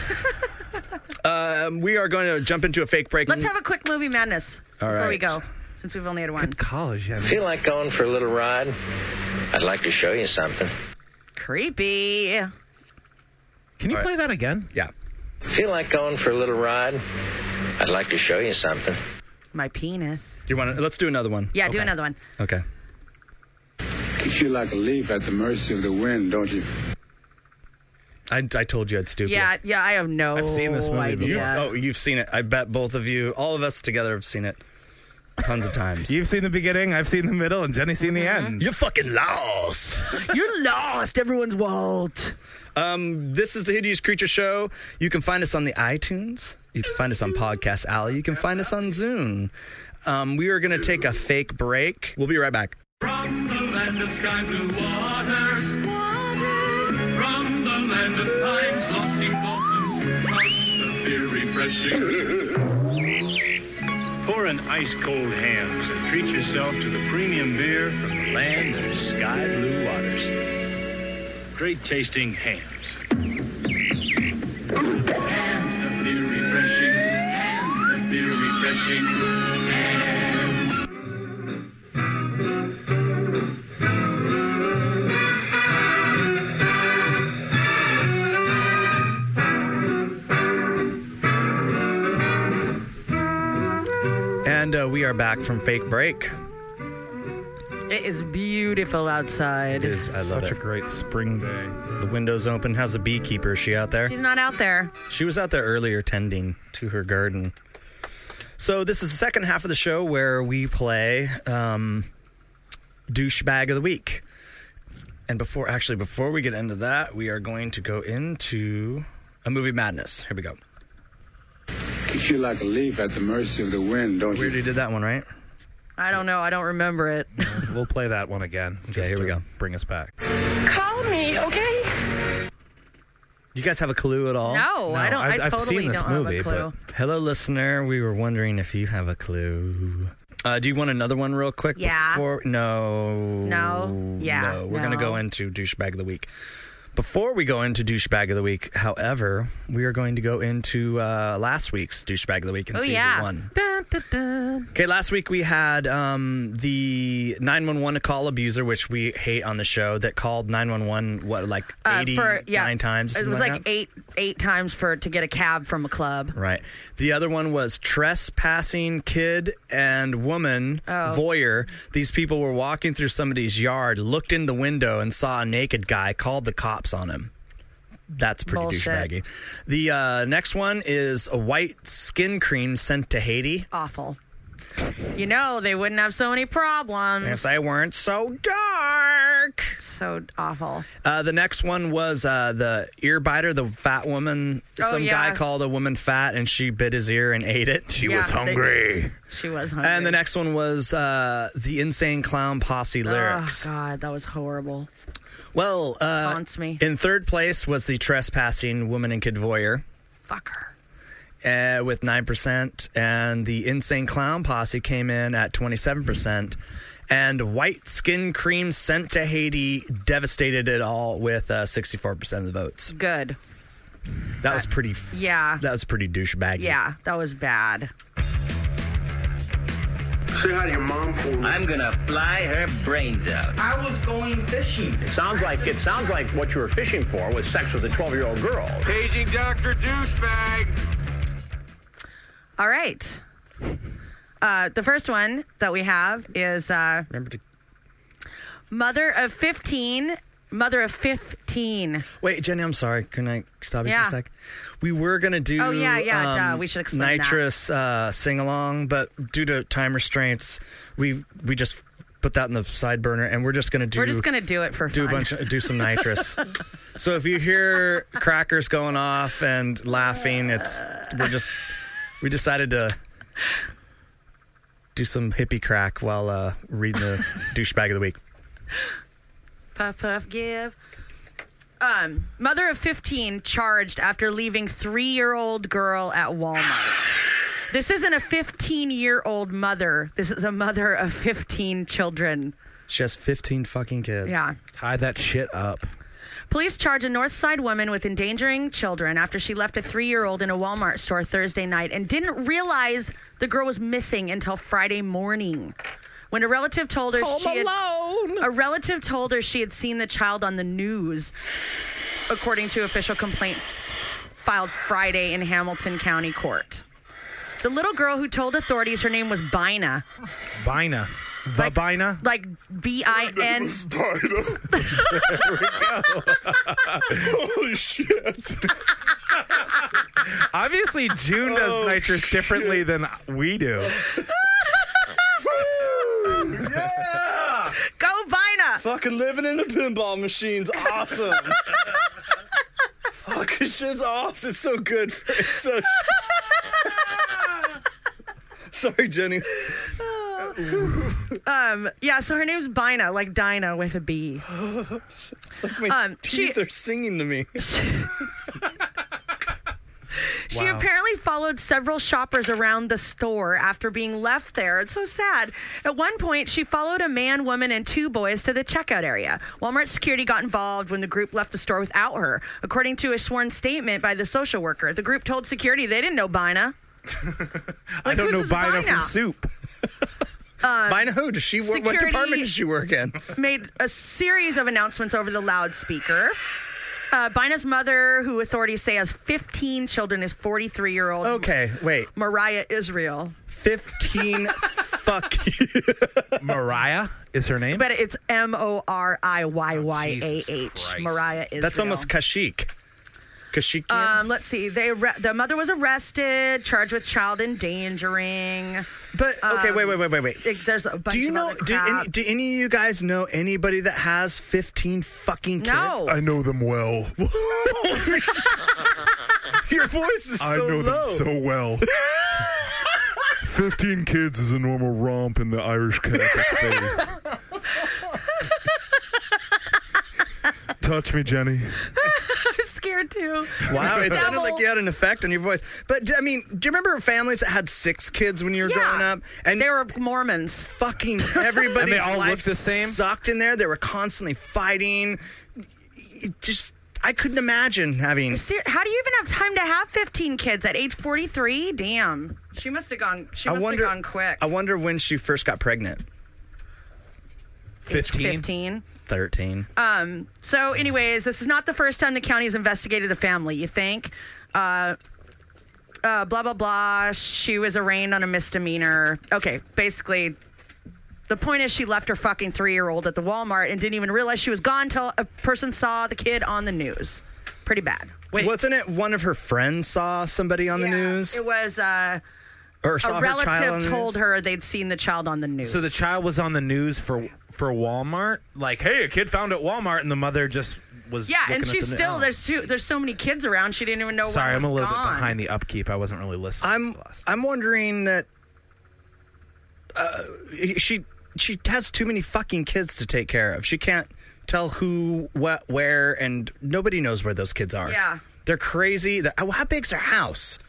D: um, we are going to jump into a fake break.
E: Let's have a quick movie madness
D: All
E: before we
D: right.
E: go, since we've only had one.
F: College, yeah. man.
H: Feel like going for a little ride? I'd like to show you something.
E: Creepy.
F: Can you play that again?
D: yeah.
H: Feel like going for a little ride? I'd like to show you something.
E: My penis.
D: You want to? Let's do another one.
E: Yeah, do
D: Okay.
E: another one.
D: Okay.
I: You feel like a leaf at the mercy of the wind, don't you?
D: I, I told you I'd stoop. you.
E: Yeah, yeah, I have no
F: I've seen this movie
E: idea.
F: before.
D: You've, Oh, you've seen it. I bet both of you, all of us together, have seen it tons of times.
F: You've seen the beginning, I've seen the middle, and Jenny's seen the
J: Mm-hmm.
F: end.
D: You're fucking lost.
E: You're lost. Everyone's Walt.
D: Um, this is the Hideous Creature Show. You can find us on the iTunes. You can find us on Podcast Alley. You can find us on Zune. Um, we are going to take a fake break. We'll be right back.
K: From the land of sky blue waters, from the land of pines, lofty blossoms, from the beer refreshing. Pour an ice cold hams and treat yourself to the premium beer from the land of sky blue waters. Great tasting hams. Hams of beer refreshing. Hams of beer refreshing. Hams.
D: And uh, we are back from fake break.
E: It is beautiful outside.
D: Is I love
F: Such
D: it.
F: a great spring day.
D: the windows open. How's the beekeeper? Is she out there?
E: She's not out there.
D: She was out there earlier tending to her garden. So this is the second half of the show where we play um, douchebag of the week. And before, actually, before we get into that, we are going to go into a movie madness. Here we go.
I: You feel like a leaf at the mercy of the wind, don't
D: We
I: you?
D: already did that one, right?
E: I don't know. I don't remember it.
F: We'll play that one again. just
D: here we
F: to
D: go.
F: Bring us back.
G: Call me, okay?
D: You guys have a clue at all?
E: No, I don't. I,
F: I- I've
E: totally
F: seen this
E: don't
F: movie,
E: have a clue.
D: Hello, listener. We were wondering if you have a clue. Uh, do you want another one real quick?
E: Yeah.
D: Before? No.
E: No. Yeah.
D: No. We're going to
E: No.
D: go into douchebag of the week. Before we go into douchebag of the week, however, we are going to go into uh, last week's douchebag of the week and
E: Oh,
D: see
E: yeah.
D: who won. Okay, last week we had um, the 911 call abuser, which we hate on the show, that called 911, what, like
E: Uh,
D: 89
E: for- yeah,
D: times?
E: It
D: something
E: was like,
D: that?
E: eight eight times for to get a cab from a club.
D: Right. The other one was trespassing kid and woman
E: Oh.
D: voyeur. These people were walking through somebody's yard, looked in the window, and saw a naked guy. Called the cops on him. That's pretty
E: Bullshit.
D: douchebaggy. The uh, next one is a white skin cream sent to Haiti.
E: Awful. You know they wouldn't have so many problems.
D: If they weren't so dark.
E: so awful.
D: Uh, the next one was uh, the ear biter, the fat woman.
E: Oh,
D: Some
E: yeah.
D: guy called a woman fat, and she bit his ear and ate it. She
E: Yeah,
D: was
E: they-
D: hungry.
E: She was. Hungry.
D: And the next one was uh, the Insane Clown Posse lyrics.
E: Oh God, that was horrible.
D: well, uh,
E: Haunts me.
D: in third place was the Trespassing Woman and Kid Voyeur
E: Fuck her.
D: uh, with 9%. And the Insane Clown Posse came in at 27%. And White Skin Cream sent to Haiti devastated it all with uh, 64% of the votes.
E: Good.
D: That was pretty.
E: Yeah.
D: That was pretty douchebaggy.
E: yeah, that was bad.
I: Say hi to your mom for me.
B: I'm gonna fly her brains out.
K: I was going fishing.
L: It sounds like it sounds like what you were fishing for was sex with a 12-year-old girl.
K: Paging Dr. Douchebag.
E: All right. Uh, the first one that we have is uh,
D: Remember to
E: mother of fifteen. Mother of fifteen.
D: Wait, Jenny, I'm sorry. Can I stop you
E: Yeah.
D: for a sec? We were gonna do. um,
E: Oh, yeah, yeah, duh, we should explain that.
D: nitrous uh, sing along, but due to time restraints, we we just put that in the side burner, and we're just gonna do.
E: We're just gonna do it for
D: do a
E: fun.
D: bunch, do some nitrous. So if you hear crackers going off and laughing, it's we're just we decided to do some hippie crack while uh, reading the douchebag of the week.
E: Puff puff give. Um, mother of 15 charged after leaving three-year-old girl at Walmart. this isn't a 15-year-old mother. This is a mother of 15 children.
D: She has 15 fucking kids.
E: Yeah.
F: Tie that shit up.
E: Police charge a Northside woman with endangering children after she left a three year old in a Walmart store Thursday night and didn't realize the girl was missing until Friday morning. When a relative told her
C: Home
E: she had, a relative told her she had seen the child on the news, according to official complaint filed Friday in Hamilton County Court. The little girl who told authorities her name was Bina,
F: Bina. Vabina.
E: like B I N.
F: Holy shit. Obviously, June does
J: Oh,
F: nitrous differently than we do.
D: yeah!
E: Go Bina!
D: Fucking living in the pinball machine's awesome. Fuck, it's just awesome. It's so good. It's so. Sorry, Jenny.
E: um, yeah, so her name's Bina, like Dinah with a B. Um,
D: it's like my teeth are singing to me.
E: She
D: Wow.
E: apparently followed several shoppers around the store after being left there. It's so sad. At one point, she followed a man, woman, and two boys to the checkout area. Walmart security got involved when the group left the store without her. According to a sworn statement by the social worker, the group told security they didn't know Bina.
F: I don't know
E: who's this
F: Bina
E: Bina?
F: from soup.
E: Um,
D: Bina who? Does she work? What department
E: security-
D: does she work in?
E: made a series of announcements over the loudspeaker. Uh, Bina's mother, who authorities say has 15 children, is 43 year old.
D: Okay, wait.
E: Mariah Israel.
D: 15 fuck.
F: Mariah is her name.
E: But it's M O R I Y Y A
D: Jesus
E: H.
D: Christ.
E: Mariah Israel.
D: That's almost Kashik. Kashik.
E: Um, let's see. They arre- the mother was arrested, charged with child endangering.
D: But
E: um,
D: okay, wait, wait, wait, wait, wait.
E: There's a bunch
D: do you
E: of
D: know?
E: other
D: Do
E: crap.
D: any, do any of you guys know anybody that has fifteen fucking kids?
E: No. I
J: know them well.
D: Your voice is
J: I
D: so
J: know
D: low.
J: them so Oh, well. 15 kids is a normal romp in the Irish Catholic faith. Touch me, Jenny.
E: I'm scared too.
D: Wow, it sounded
E: Double.
D: like you had an effect on your voice. But I mean, do you remember families that had six kids when you were growing up? And they
E: were Mormons.
D: Fucking everybody's
F: And they all
D: life
F: looked the same?
D: sucked in there. They were constantly fighting. It just I couldn't imagine having.
E: Ser- How do you even have time to have 15 kids at age 43? Damn. She must have gone. She
D: I
E: must
D: wonder. Oh,
E: have gone quick.
D: I wonder when she first got pregnant.
E: Age 15.
D: 13.
E: Um, so, anyways, this is not the first time the county has investigated a family, you think? Uh, uh, blah, blah, blah. She was arraigned on a misdemeanor. Okay, basically, the point is she left her fucking three year old at the Walmart and didn't even realize she was gone until a person saw the kid on the news. Pretty bad.
D: Wait, wasn't it one of her friends saw somebody on the news?
E: It was uh,
D: Or saw
E: a
D: her child on the
E: relative
D: news?
E: told her they'd seen the child on the news.
F: So the child was on the news for for Walmart. Like, hey, a kid found at Walmart, and the mother just was.
E: yeah,
F: looking
E: and
F: at
E: she's
F: the-
E: still
F: oh.
E: there's so, there's so many kids around. She didn't even know.
F: Sorry,
E: one
F: I'm a
E: was
F: little
E: gone.
F: bit behind the upkeep. I wasn't really listening.
D: I'm I'm wondering that uh, she she has too many fucking kids to take care of. She can't tell who, what, where, and nobody knows where those kids are.
E: Yeah.
D: they're crazy. They're, oh, how big's her house?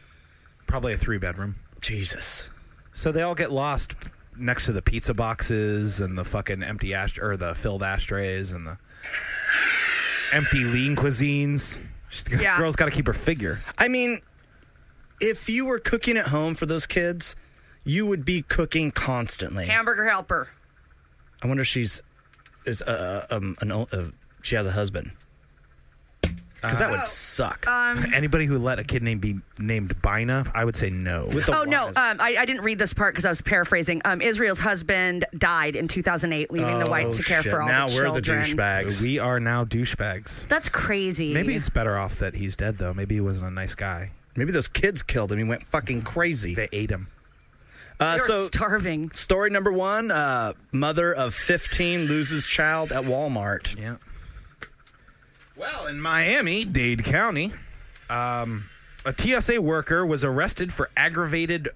F: Probably a three bedroom.
D: Jesus.
F: So they all get lost next to the pizza boxes and the fucking empty ash or the filled ashtrays and the empty lean cuisines. She's, the
D: Yeah.
F: girl's got to keep her figure.
D: I mean, if you were cooking at home for those kids, you would be cooking constantly.
E: Hamburger helper.
D: I wonder if she's is uh, um an o- uh, she has a husband because that
E: Oh.
D: would suck.
E: Um,
F: Anybody who let a kid name be named Bina, I would say no.
E: oh no, um, I, I didn't read this part because I was paraphrasing. Um, Israel's husband died in 2008, leaving the wife
F: Oh,
E: to care for all the children.
F: We are now douchebags.
E: That's crazy.
F: Maybe it's better off that he's dead, though. Maybe he wasn't a nice guy.
D: Maybe those kids killed him. He went fucking crazy.
F: They ate him.
D: Uh, so
E: starving.
D: Story number one: uh, Mother of fifteen loses child at Walmart.
F: Yeah.
L: Well,
F: Well, in Miami, Dade County, um, a TSA worker was arrested for aggravated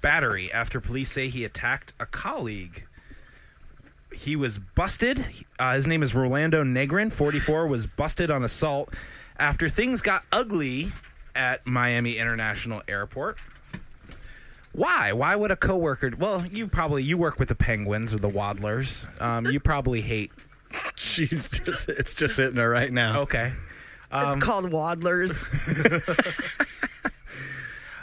F: battery after police say he attacked a colleague. He was busted. Uh, his name is Rolando Negrin, 44, was busted on assault after things got ugly at Miami International Airport. Why? Why would a coworker? Well, you probably you work with the penguins or the waddlers. Um, you probably hate.
D: She's just it's just hitting her right now.
F: Okay.
E: it's called Waddlers.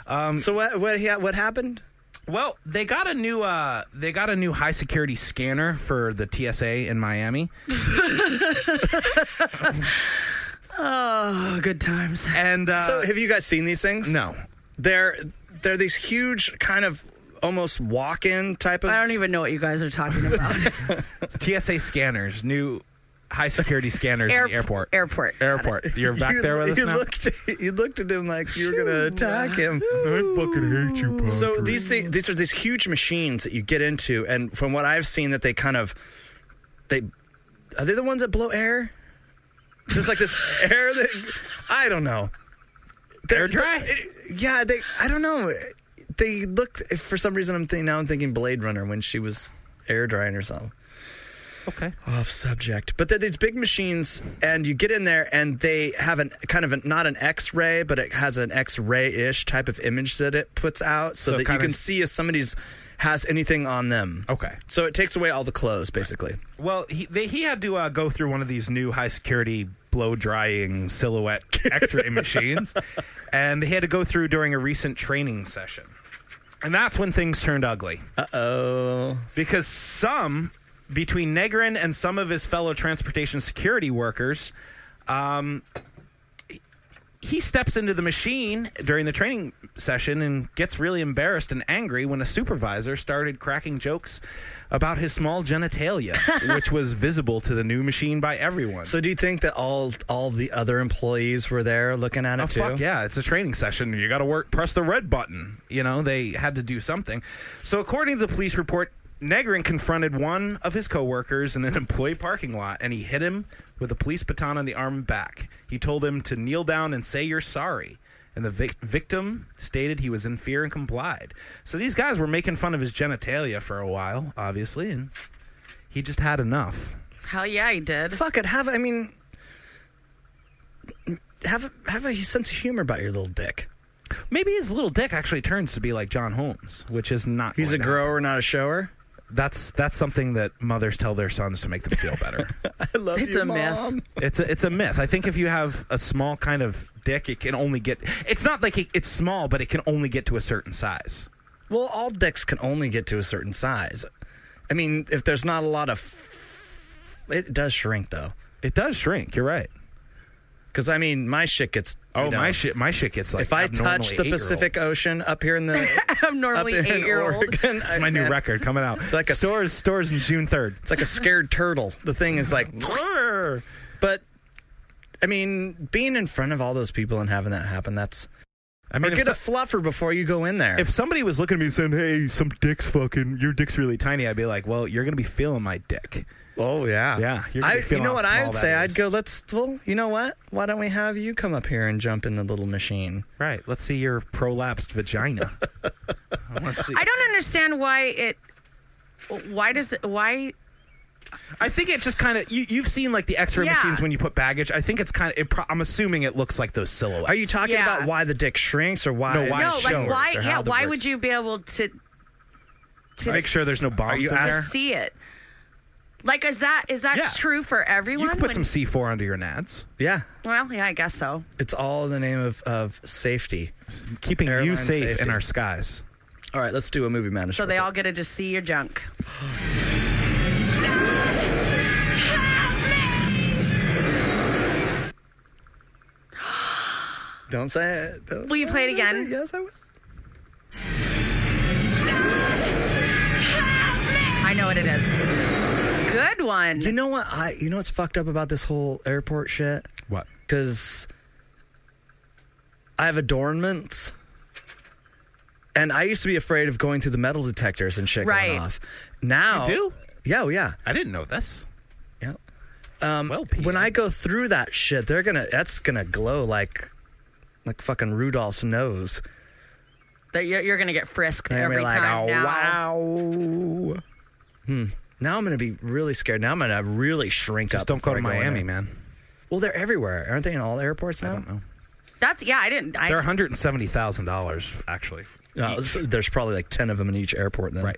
F: Um,
D: so what what what happened?
F: Well, they got a new uh, they got a new high security scanner for the TSA in Miami.
E: oh, good times.
F: And uh,
D: so, have you guys seen these things?
F: No,
D: they're they're these huge kind of almost walk-in type of.
E: I don't even know what you guys are talking about.
F: TSA scanners, new high security scanners in
E: Air-
F: the airport.
E: airport.
F: Airport. You're back
D: You-
F: there with us
D: you
F: now.
D: Looked you looked at him like you were going to attack him.
J: I fucking hate you, Patrick.
D: So these things, these are these huge machines that you get into, and from what I've seen, that they kind of they are they the ones that blow air. There's like this air that I don't know.
F: Air dry?
D: it- yeah, they. I don't know. They look for some reason. I'm thinking now. I'm thinking Blade Runner when she was air drying herself.
F: Okay.
D: Off subject, but they're these big machines, and you get in there, and they have an kind of an, not an X-ray, but it has an X-ray-ish type of image that it puts out, so,
F: So
D: that you
F: kinda
D: can
F: s-
D: see if somebody's has anything on them.
F: Okay.
D: So it takes away all the clothes, basically.
F: Well, he they, he had to uh, go through one of these new high security blow drying silhouette X-ray machines, and they had to go through during a recent training session, and that's when things turned ugly
D: Uh oh.
F: because some between Negrin and some of his fellow transportation security workers, um, he steps into the machine during the training session and gets really embarrassed and angry when a supervisor started cracking jokes about his small genitalia, which was visible to the new machine by everyone.
D: So do you think that all all the other employees were there looking at it
F: Oh,
D: too?
F: fuck yeah, it's a training session. You got to work, press the red button. You know, they had to do something. So, according to the police report, Negrin confronted one of his coworkers in an employee parking lot and he hit him with a police baton on the arm and back. He told him to kneel down and say you're sorry. And the vic- victim stated he was in fear and complied. So, these guys were making fun of his genitalia for a while, obviously, and he just had enough.
E: Hell Oh, yeah, he did.
D: Fuck it. Have I mean, have a, have a sense of humor about your little dick.
F: Maybe his little dick actually turns to be like John Holmes, which is not.
D: He's a
F: going to happen.
D: grower, not a shower.
F: that's that's something that mothers tell their sons to make them feel better.
D: I love
E: It's
D: you,
E: a myth.
D: mom.
F: it's a, it's a myth. I think if you have a small kind of dick, it can only get. It's not like it, it's small, but it can only get to a certain size.
D: Well, all dicks can only get to a certain size. I mean, if there's not a lot of, it does shrink though.
F: It does shrink. You're right.
D: Because I mean, my shit gets. you
F: Oh
D: know,
F: my shit! My shit gets like.
D: If I
F: abnormally
D: touch the
F: eight-year-old.
D: Pacific Ocean up here in the
E: I'm normally
D: up here in
E: eight year old.
D: Oregon, I-
F: It's my new
D: man,
F: record coming out. It's
D: like a s-
F: stores stores in June third.
D: It's like a scared turtle. The thing is like, but I mean, being in front of all those people and having that happen—that's.
F: I
D: Or
F: mean, if,
D: get a
F: so-
D: fluffer before you go in there.
F: if somebody was looking at me and saying, "Hey, some dick's fucking your dick's really tiny," I'd be like, "Well, you're gonna be feeling my dick."
D: oh yeah,
F: Yeah, you're gonna
D: I,
F: be
D: you
F: feeling
D: know
F: how
D: what
F: small
D: I'd
F: that
D: say?
F: is.
D: I'd go. Let's. Well, you know what? Why don't we have you come up here and jump in the little machine?
F: Right. Let's see your prolapsed vagina. Let's see.
E: I don't understand why it. Why does it? Why?
F: I think it just kind of you, you've seen like the X-ray
E: Yeah.
F: machines when you put baggage. I think it's kind of. It pro- I'm assuming it looks like those silhouettes.
D: Are you talking
E: Yeah.
D: about why the dick shrinks or why?
F: No, why
E: no,
F: it
E: like
F: shows
E: why?
D: or how
E: Yeah,
D: the
E: why
D: bricks-
E: would you be able to? To
F: make sure there's no bombs
D: you
F: in there?
E: to see it. Like, is that is that
F: Yeah.
E: true for everyone?
F: You can put
E: When-
F: some C4 under your nads,
D: Yeah,
E: well, yeah, I guess so.
D: it's all in the name of, of safety.
F: keeping you
D: Airline
F: safe
D: safety.
F: in our skies.
D: All right, let's do a movie manager.
E: So they all get to just see your junk.
D: don't say it. Don't-
E: Will you play it again?
D: Yes, I will.
E: I know what it is. Good one.
D: You know what? I you know what's fucked up about this whole airport shit?
F: What?
D: Because I have adornments. And I used to be afraid of going through the metal detectors and shit
E: Right.
D: going off. Now,
F: You do?
D: Yeah, oh, yeah,
F: I didn't know this.
D: yeah. Um, when I go through that shit, they're gonna that's gonna glow like like fucking Rudolph's nose.
E: That you're, you're gonna get frisked
D: They're gonna be
E: every
D: like,
E: time
D: "Oh,
E: now.
D: wow. Hmm. Now I'm gonna be really scared. Now I'm gonna really shrink up. Don't
F: go to Miami,
D: man. Well, they're everywhere, aren't they? In all airports now. I don't know.
E: That's yeah. I didn't. I,
F: They're one hundred and seventy thousand dollars actually.
D: Uh, there's probably like ten of them in each airport. Then right.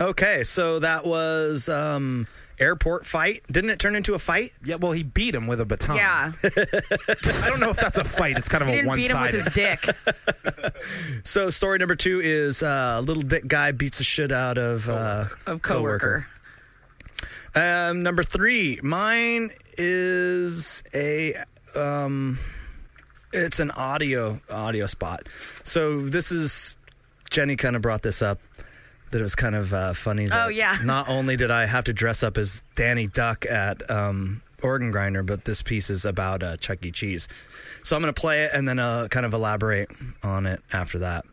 D: Okay, so that was um, airport fight. Didn't it turn into a fight?
F: Yeah. Well, he beat him with a baton.
E: yeah.
F: I don't know if that's a fight. It's kind of
E: he
F: a
E: didn't
F: one
E: beat him with
F: sided.
E: his dick.
D: So story number two is uh, little dick guy beats the shit out of uh,
E: Of coworker.
D: coworker. Um, number three, mine is a um, it's an audio audio spot. So this is Jenny kind of brought this up. That it was kind of uh, funny. That
E: Oh, yeah.
D: Not only did I have to dress up as Danny Duck at um, Organ Grinder, but this piece is about uh, Chuck E. Cheese. So I'm going to play it and then uh, kind of elaborate on it after that.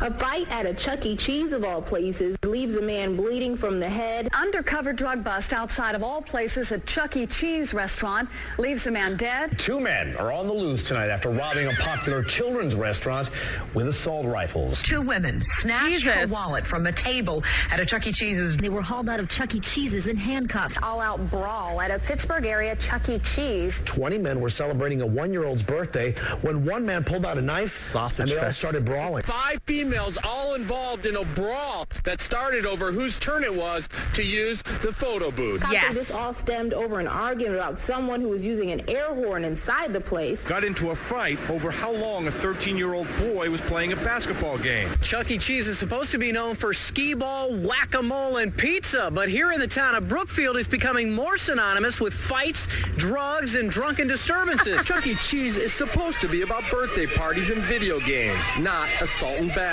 M: A bite at a Chuck E. Cheese of all places leaves a man bleeding from the head.
N: Undercover drug bust outside of all places at Chuck E. Cheese restaurant leaves a man dead.
O: Two men are on the loose tonight after robbing a popular children's restaurant with assault rifles.
P: Two women snatched her wallet from a table at a Chuck E. Cheese's.
Q: They were hauled out of Chuck E. Cheese's in handcuffs.
M: All-out brawl at a Pittsburgh area Chuck E. Cheese.
O: 20 men were celebrating a one-year-old's birthday when one man pulled out a knife and they all
B: fest.
O: started brawling.
B: Five females all involved in a brawl that started over whose turn it was to use the photo booth.
M: Cops say This all stemmed over an argument about someone who was using an air horn inside the place.
A: got into a fight over how long a 13-year-old boy was playing a basketball game.
B: Chuck E. Cheese is supposed to be known for skee ball, whack-a-mole, and pizza, but here in the town of Brookfield, it's becoming more synonymous with fights, drugs, and drunken disturbances. Chuck E. Cheese is supposed to be about birthday parties and video games, not assault and battery.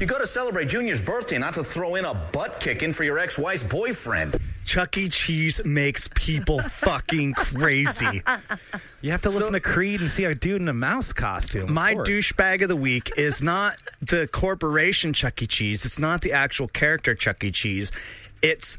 R: You go to celebrate Junior's birthday, not to throw in a butt kicking for your ex wife's boyfriend.
D: Chuck E. Cheese makes people fucking crazy.
F: You have to
D: So-
F: listen to Creed and see a dude in a mouse costume. of
D: My
F: course.
D: douchebag of the week is not the corporation Chuck E. Cheese. It's not the actual character Chuck E. Cheese. It's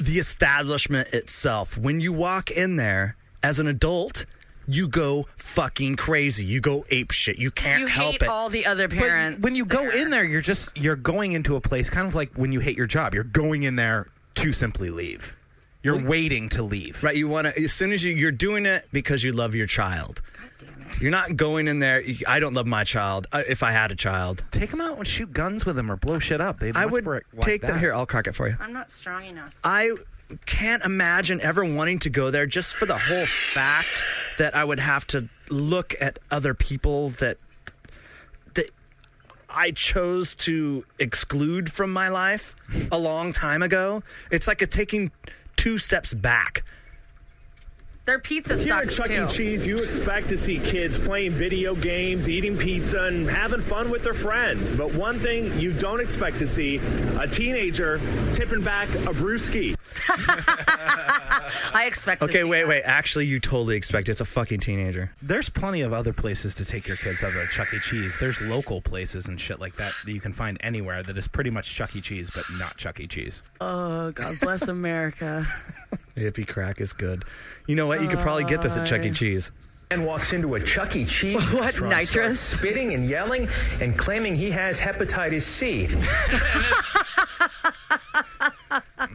D: the establishment itself. When you walk in there as an adult, you go fucking crazy. You go ape shit. You can't
E: You
D: help
E: hate
D: it.
E: all the other
F: But
E: parents.
F: when you go in there, you're just you're going into a place kind of like when you hate your job. You're going in there to simply leave. You're waiting to leave.
D: Right. You want to, as soon as you, you're doing it because you love your child. You're not going in there. I don't love my child. uh, If I had a child,
F: Take them out and shoot guns with them or blow shit up. They'd
D: I
F: much
D: would
F: prefer it like
D: take them
F: that.
D: here. I'll crack it for you.
E: I'm not strong enough.
D: I can't imagine ever wanting to go there just for the whole fact that I would have to look at other people that that I chose to exclude from my life a long time ago. It's like a taking two steps back.
E: Their pizza
S: Here at
E: sucks
S: Chuck
E: too.
S: E. Cheese, you expect to see kids playing video games, eating pizza, and having fun with their friends. But one thing you don't expect to see a teenager tipping back a brewski.
E: I expect.
D: Okay, wait, wait. Actually, you totally expect it. it's a fucking teenager.
F: There's plenty of other places to take your kids other than Chuck E. Cheese. There's local places and shit like that that you can find anywhere that is pretty much Chuck E. Cheese, but not Chuck E. Cheese.
E: Oh, God bless America.
D: Hippie crack is good. You know what? You could probably get this at Chuck E. Cheese.
R: Man walks into a Chuck E. Cheese
E: What,
R: restaurant, starts
E: nitrous?
R: spitting and yelling, and claiming he has hepatitis C.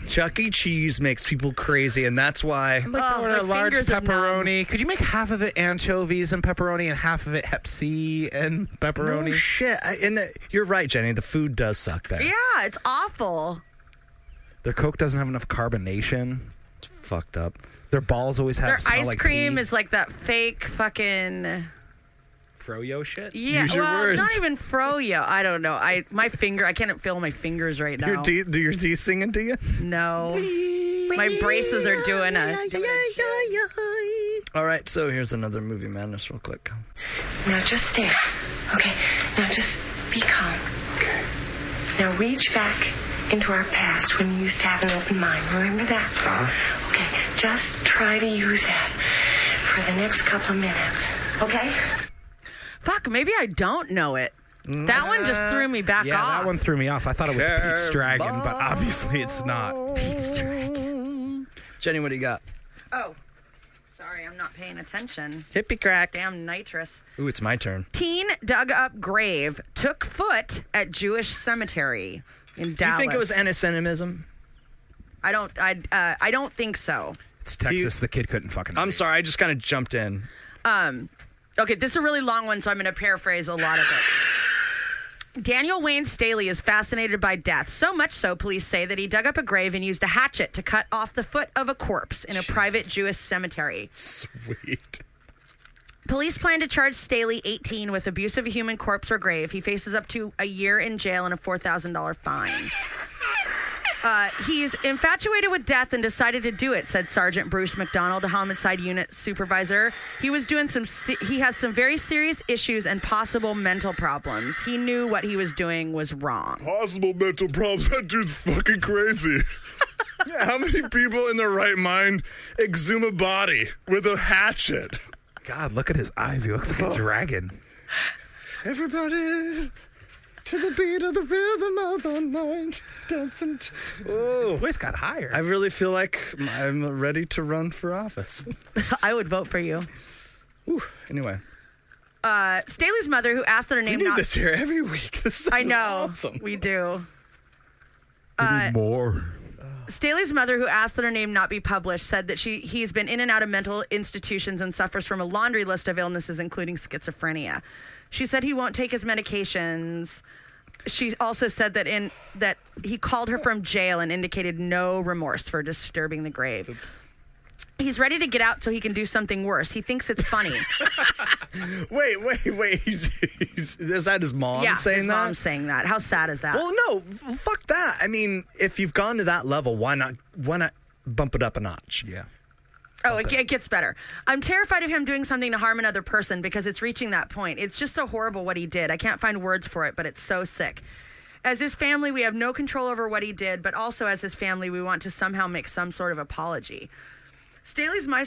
D: Chuck E. Cheese makes people crazy, and that's why.
F: I'd like to order a large pepperoni. Could you make half of it anchovies and pepperoni and half of it Hep C and pepperoni?
D: No shit. I, and the, you're right, Jenny. The food does suck there.
E: Yeah, it's awful.
F: Their Coke doesn't have enough carbonation. It's
D: fucked up.
F: Their balls always have
E: Their
F: smell
E: ice
F: like
E: cream
F: pee.
E: is like that fake fucking.
F: froyo shit.
E: Yeah, well, not even froyo. I don't know. I my finger. I can't feel my fingers right now.
D: Your D, do your D singing to you?
E: No, my braces are doing a. doing a
D: All right, so here's another movie madness, real quick.
G: Now just stare. Okay. Now just be calm. Okay. Now reach back into our past when you used to have an open mind. Remember that? Uh-huh. Okay. Just try to use that for the next couple of minutes. Okay?
E: Fuck, maybe I don't know it. That one just threw me back
F: yeah,
E: off.
F: that one threw me off. I thought it was Pete's Dragon, but obviously it's not. Pete's Dragon.
D: Jenny, what do you got?
E: Oh, sorry, I'm not paying attention.
D: Hippie crack.
E: Damn nitrous.
D: Ooh, it's my turn.
E: Teen dug up grave, took foot at Jewish cemetery in
D: Do you
E: Dallas.
D: think it was antisemitism?
E: I don't. I. Uh, I don't think so.
F: It's Texas. the kid couldn't fucking.
D: I'm sorry. I just kind of jumped in.
E: Um, okay, this is a really long one, so I'm going to paraphrase a lot of it. Daniel Wayne Staley is fascinated by death, so much so, police say that he dug up a grave and used a hatchet to cut off the foot of a corpse in a private Jewish cemetery.
D: Sweet.
E: Police plan to charge Staley, 18, with abuse of a human corpse or grave. He faces up to a year in jail and a $4,000 fine. Uh, he's infatuated with death and decided to do it, said Sergeant Bruce McDonald, the homicide unit supervisor. He was doing some. Se- he has some very serious issues and possible mental problems. He knew what he was doing was wrong.
J: Possible mental problems. That dude's fucking crazy. yeah, how many people in their right mind exhume a body with a hatchet?
F: God, look at his eyes. He looks like a dragon.
J: Everybody to the beat of the rhythm of the night. Dancing. T-
D: His
F: voice got higher.
D: I really feel like I'm ready to run for office.
E: I would vote for you.
D: Anyway,
E: Uh, Staley's mother, who asked that her name
D: we need
E: not
D: this here every week. This is
E: I know
D: awesome.
E: we do. Uh,
J: Need more.
E: Staley's mother, who asked that her name not be published, said that she he's been in and out of mental institutions and suffers from a laundry list of illnesses, including schizophrenia. She said he won't take his medications. She also said that in that he called her from jail and indicated no remorse for disturbing the grave. He's ready to get out so he can do something worse. He thinks it's funny.
D: Wait, wait, wait. He's, he's, is that his mom
E: yeah,
D: saying
E: his
D: that?
E: mom's saying that. How sad is that?
D: Well, no, f- fuck that. I mean, if you've gone to that level, why not? Why not bump it up a notch?
F: Yeah.
E: Oh, it, it gets better. I'm terrified of him doing something to harm another person because it's reaching that point. It's just so horrible what he did. I can't find words for it, but it's so sick. As his family, we have no control over what he did, but also as his family, we want to somehow make some sort of apology. Staley's my,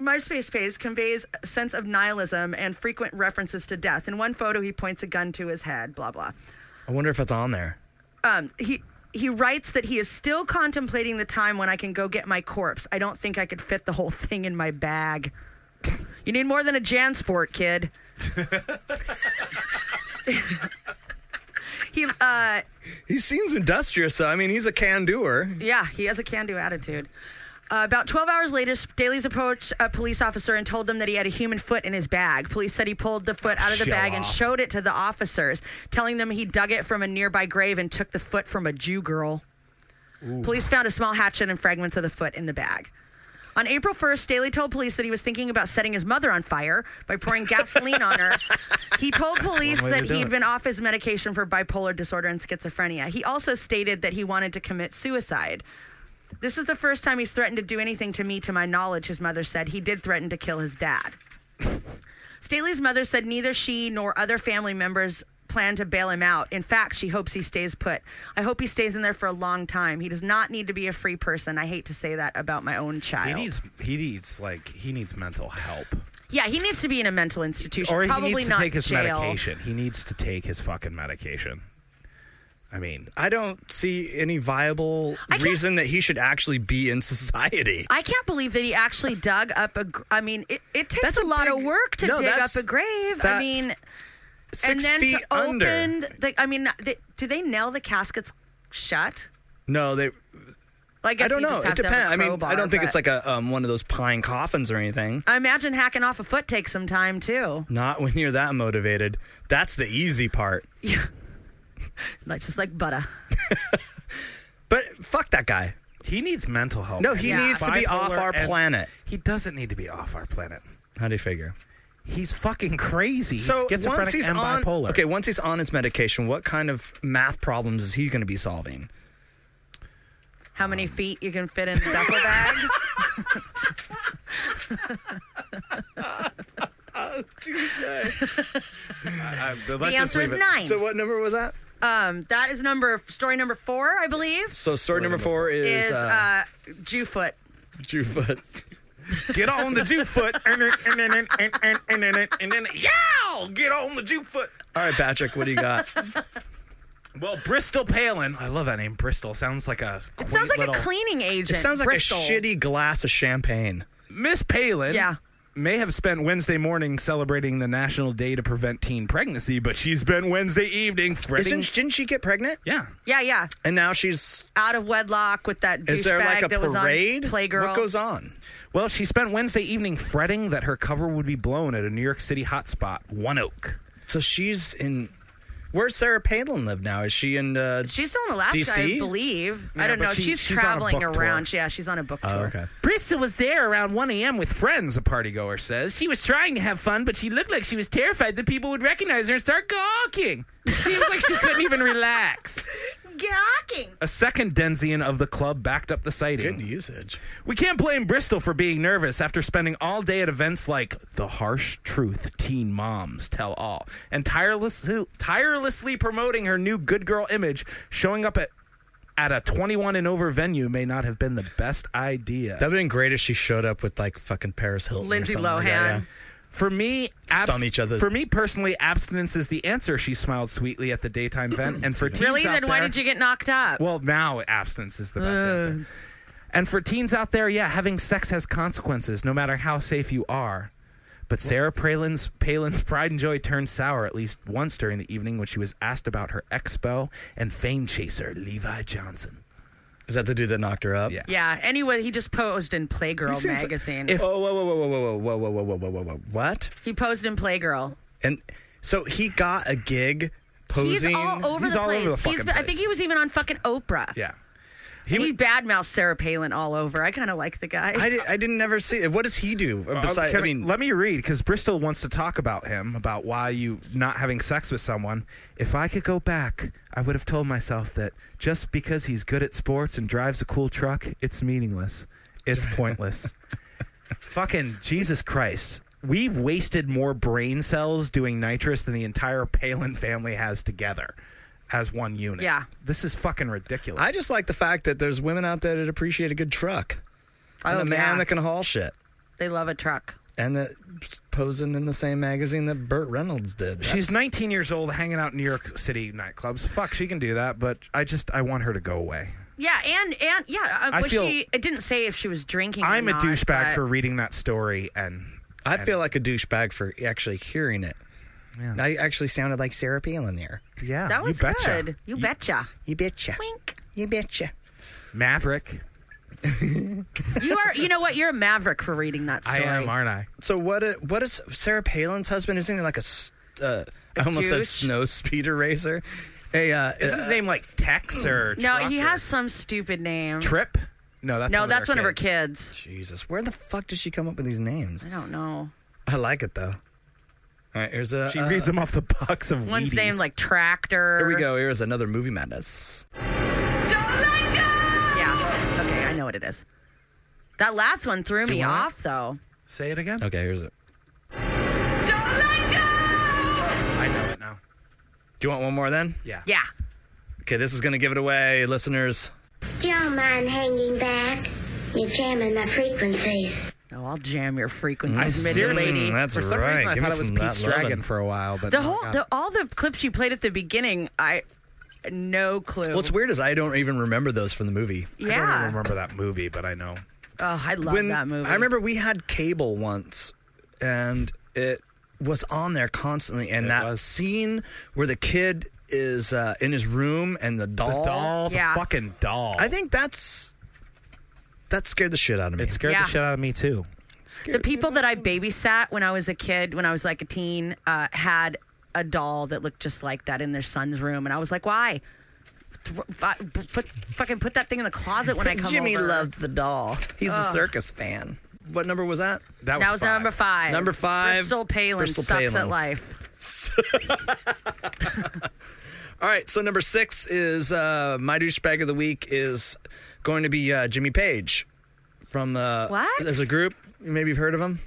E: MySpace page conveys a sense of nihilism and frequent references to death. In one photo, he points a gun to his head, blah, blah
D: I wonder if it's on there.
E: um, he he writes that he is still contemplating the time when I can go get my corpse. I don't think I could fit the whole thing in my bag. You need more than a JanSport, kid. he uh,
D: He seems industrious. though. I mean, he's a can-doer.
E: yeah, he has a can-do attitude. Uh, about 12 hours later, Staley's approached a police officer and told them that he had a human foot in his bag. Police said he pulled the foot out of the
D: Show
E: bag and
D: off.
E: showed it to the officers, telling them he dug it from a nearby grave and took the foot from a Jew girl. Police found a small hatchet and fragments of the foot in the bag. On April 1st, Staley told police that he was thinking about setting his mother on fire by pouring gasoline on her. He told police
T: one way to
E: that
T: do
E: he'd
T: it.
E: been off his medication for bipolar disorder and schizophrenia. He also stated that he wanted to commit suicide. This is the first time he's threatened to do anything to me, to my knowledge, his mother said. He did threaten to kill his dad. Staley's mother said neither she nor other family members plan to bail him out. In fact, she hopes he stays put. I hope he stays in there for a long time. He does not need to be a free person. I hate to say that about my own
F: He
E: child.
F: needs. He needs like he needs mental help,
E: yeah, he needs to be in a mental institution.
F: or he
E: Probably
F: needs to
E: not
F: take his
E: jail.
F: medication. He needs to take his fucking medication. I mean,
D: I don't see any viable reason that he should actually be in society.
E: I can't believe that he actually dug up a. Gr- I mean, it, it takes
D: That's
E: a,
D: a
E: lot of
D: big-
E: work to
D: No,
E: dig up
D: that's-
E: a grave. I
D: that-
E: mean, and
D: Six
E: then
D: feet
E: to
D: under.
E: open the. I mean, they, do they nail the caskets shut?
D: No, they.
E: Well, I guess
D: don't
E: you just
D: know. It
E: have to have
D: depends.
E: a
D: I mean, I
E: crowbar,
D: don't think it's
E: but-
D: like a um, one of those pine coffins or anything.
E: I imagine hacking off a foot takes some time too.
D: Not when you're that motivated. That's the easy part.
E: Like just like butter.
D: But fuck that guy.
F: He needs mental health.
D: No, he Yeah. needs to be off our
F: and-
D: planet.
F: He doesn't need to be off our planet.
D: How do you figure?
F: He's fucking crazy. He's
D: So
F: schizophrenic
D: once he's
F: and
D: on,
F: bipolar.
D: okay, once he's on his medication, what kind of math problems is he going to be solving?
E: How
D: Um,
E: many feet you can fit in a duffel bag? the answer is nine.
D: So what number was that?
E: Um, that is number story number four, I believe.
D: So story number four is,
E: Is
D: uh,
E: uh, Jew foot.
D: Jew foot.
F: Get on the Jew foot. And then, and then, and then, and then, and then, yeah, get on the Jew foot.
D: All right, Patrick, what do you got?
F: Well, Bristol Palin. I love that name. Bristol sounds like a.
E: It sounds like a cleaning agent.
D: It sounds like
E: Bristol.
D: a shitty glass of champagne.
F: Miss Palin.
E: Yeah.
F: May have spent Wednesday morning celebrating the National Day to Prevent Teen Pregnancy, but she's been Wednesday evening. Fretting.
D: Isn't, didn't she get pregnant?
F: Yeah.
E: Yeah, yeah.
D: And now she's.
E: Out of wedlock with that douchebag
D: Is there like a
E: that was on
D: parade?
E: Playgirl.
D: What goes on?
F: Well, she spent Wednesday evening fretting that her cover would be blown at a New York City hotspot, One Oak.
D: So she's in. Where's Sarah Palin live now? Is she in? Uh,
E: She's still in Alaska,
D: DC?
E: I believe.
D: Yeah,
E: I don't
D: but
E: know.
D: she-
E: she's,
D: she's on a
E: traveling
D: book
E: around.
D: tour.
E: Yeah, she's on a book tour.
D: Oh, okay.
F: Brissa was there around 1 a.m. with friends, a party goer says. She was trying to have fun, but she looked like she was terrified that people would recognize her and start gawking. Seems like she couldn't even relax.
E: Gawking.
F: A second Denzian of the club backed up the sighting.
D: Good usage.
F: We can't blame Bristol for being nervous after spending all day at events like The Harsh Truth Teen Moms Tell All and tirelessly, tirelessly promoting her new good girl image, showing up at at a 21 and over venue may not have been the best idea.
D: That would have been great if she showed up with like fucking Paris Hilton. or
E: Lindsay
D: something like that,
E: Lohan.
D: yeah.
F: For me, abs-
D: Thumb each other's-
F: for me personally, abstinence is the answer. She smiled sweetly at the daytime event, and for teens
E: Really?
F: out
E: Then why
F: there-
E: did you get Uh. knocked up?
F: Well, now abstinence is the best answer. And for teens out there, yeah, having sex has consequences, no matter how safe you are. But Sarah Palin's, Palin's pride and joy turned sour at least once during the evening when she was asked about her expo and fame chaser Levi Johnson.
D: Is that the dude that knocked her up?
F: Yeah.
E: yeah. Anyway, he just posed in Playgirl magazine.
D: If, oh, whoa, whoa, whoa, whoa, whoa, whoa, whoa, whoa, whoa, whoa, whoa. What?
E: he posed in Playgirl.
D: And so he got a gig posing.
E: He's all over
D: He's
E: the
D: all
E: place.
D: over the
E: He's
D: fucking
E: been- I think he was even on fucking Oprah.
F: Yeah.
E: He, he badmouthed Sarah Palin all over. I kind of like the guy.
D: I, did, I didn't ever see it. What does he do?
F: Uh,
D: Besides,
F: can
D: I
F: I-
D: mean,
F: let me read because Bristol wants to talk about him, about why you not having sex with someone. If I could go back, I would have told myself that just because he's good at sports and drives a cool truck, it's meaningless. It's pointless. Fucking Jesus Christ. We've wasted more brain cells doing nitrous than the entire Palin family has together as one unit.
E: Yeah.
F: This is fucking ridiculous.
D: I just like the fact that there's women out there that appreciate a good truck and
E: Oh,
D: a man
E: yeah.
D: that can haul shit
E: They love a truck.
D: and that posing in the same magazine that Burt Reynolds did.
F: She's
D: That's-
F: 19 years old, hanging out in New York City nightclubs. Fuck, she can do that, but I just I want her to go away.
E: Yeah, and and yeah, uh,
F: I
E: was
F: feel-
E: she? It didn't say if she was drinking. or
F: I'm a
E: not,
F: douchebag
E: but-
F: for reading that story, and
D: I feel like a douchebag for actually hearing it. I actually sounded like Sarah Palin there.
F: yeah,
E: That was
F: you betcha.
E: good. You betcha.
D: You betcha.
E: Wink.
D: You betcha.
F: Maverick.
E: You are. You know what? You're a maverick for reading that story.
F: aren't I?
D: So what? i- What is Sarah Palin's husband? Isn't he like a? s- Uh, I almost said
E: douche?
D: snow speeder racer. Hey, uh,
F: Isn't his name like Tex or
E: No,
F: Truck
E: he
F: or-
E: has some stupid name.
F: Trip? No, that's
E: no,
F: one
E: that's
F: of
E: one
F: their
E: of her
F: kids.
E: kids.
D: Jesus, where the fuck does she come up with these names?
E: I don't know.
D: I like it though. All right, here's a.
F: She
D: uh,
F: reads them off the box of
E: One's
F: Wheaties.
E: named like Tractor.
D: Here we go. Here's another movie madness.
E: Yeah. Okay, I know what it is. That last one threw me off though.
F: Say it again.
D: Okay, here's it.
F: I know it now.
D: Do you want one more then?
F: Yeah.
E: Yeah.
D: Okay, this is gonna give it away, listeners.
T: Don't mind hanging back. You're jamming the frequencies.
E: Oh, I'll jam your
D: I
E: frequencies, midget
D: seriously-
E: lady.
D: Mm, that's
F: For some
D: right.
F: reason, I
D: Give me
F: thought it was
D: some of
F: Pete's
D: that lovin'.
F: Dragon for a while, but
E: the
F: no,
E: whole,
F: God.
E: the, all the clips you played at the beginning, I no clue.
D: What's weird is I don't even remember those from the movie.
F: I don't even
E: Yeah.
F: remember that movie, but I know.
E: Oh, I love that movie.
D: I remember we had cable once, and it was on there constantly. And that scene where the kid is uh, in his room and the doll,
F: The doll, the
E: Yeah.
F: fucking doll.
D: I think that's that scared the shit out of me.
F: it scared
E: Yeah.
F: the shit out of me too.
E: the people that I babysat when I was a kid, when I was like a teen, uh, had a doll that looked just like that in their son's room, and I was like, why? Th- fu- fu- fucking put that thing in the closet when I come
D: Jimmy
E: over.
D: loves the doll. Oh. He's a
E: Ugh.
D: circus fan. What number was that?
F: That was,
E: That was number five.
D: Number five,
E: Bristol Palin
D: Bristol
E: sucks at
D: Palin.
E: life.
D: All right, so number six is uh, my douchebag of the week is going to be uh, Jimmy Page from uh,
E: What?
D: There's a group. Maybe you've heard of him.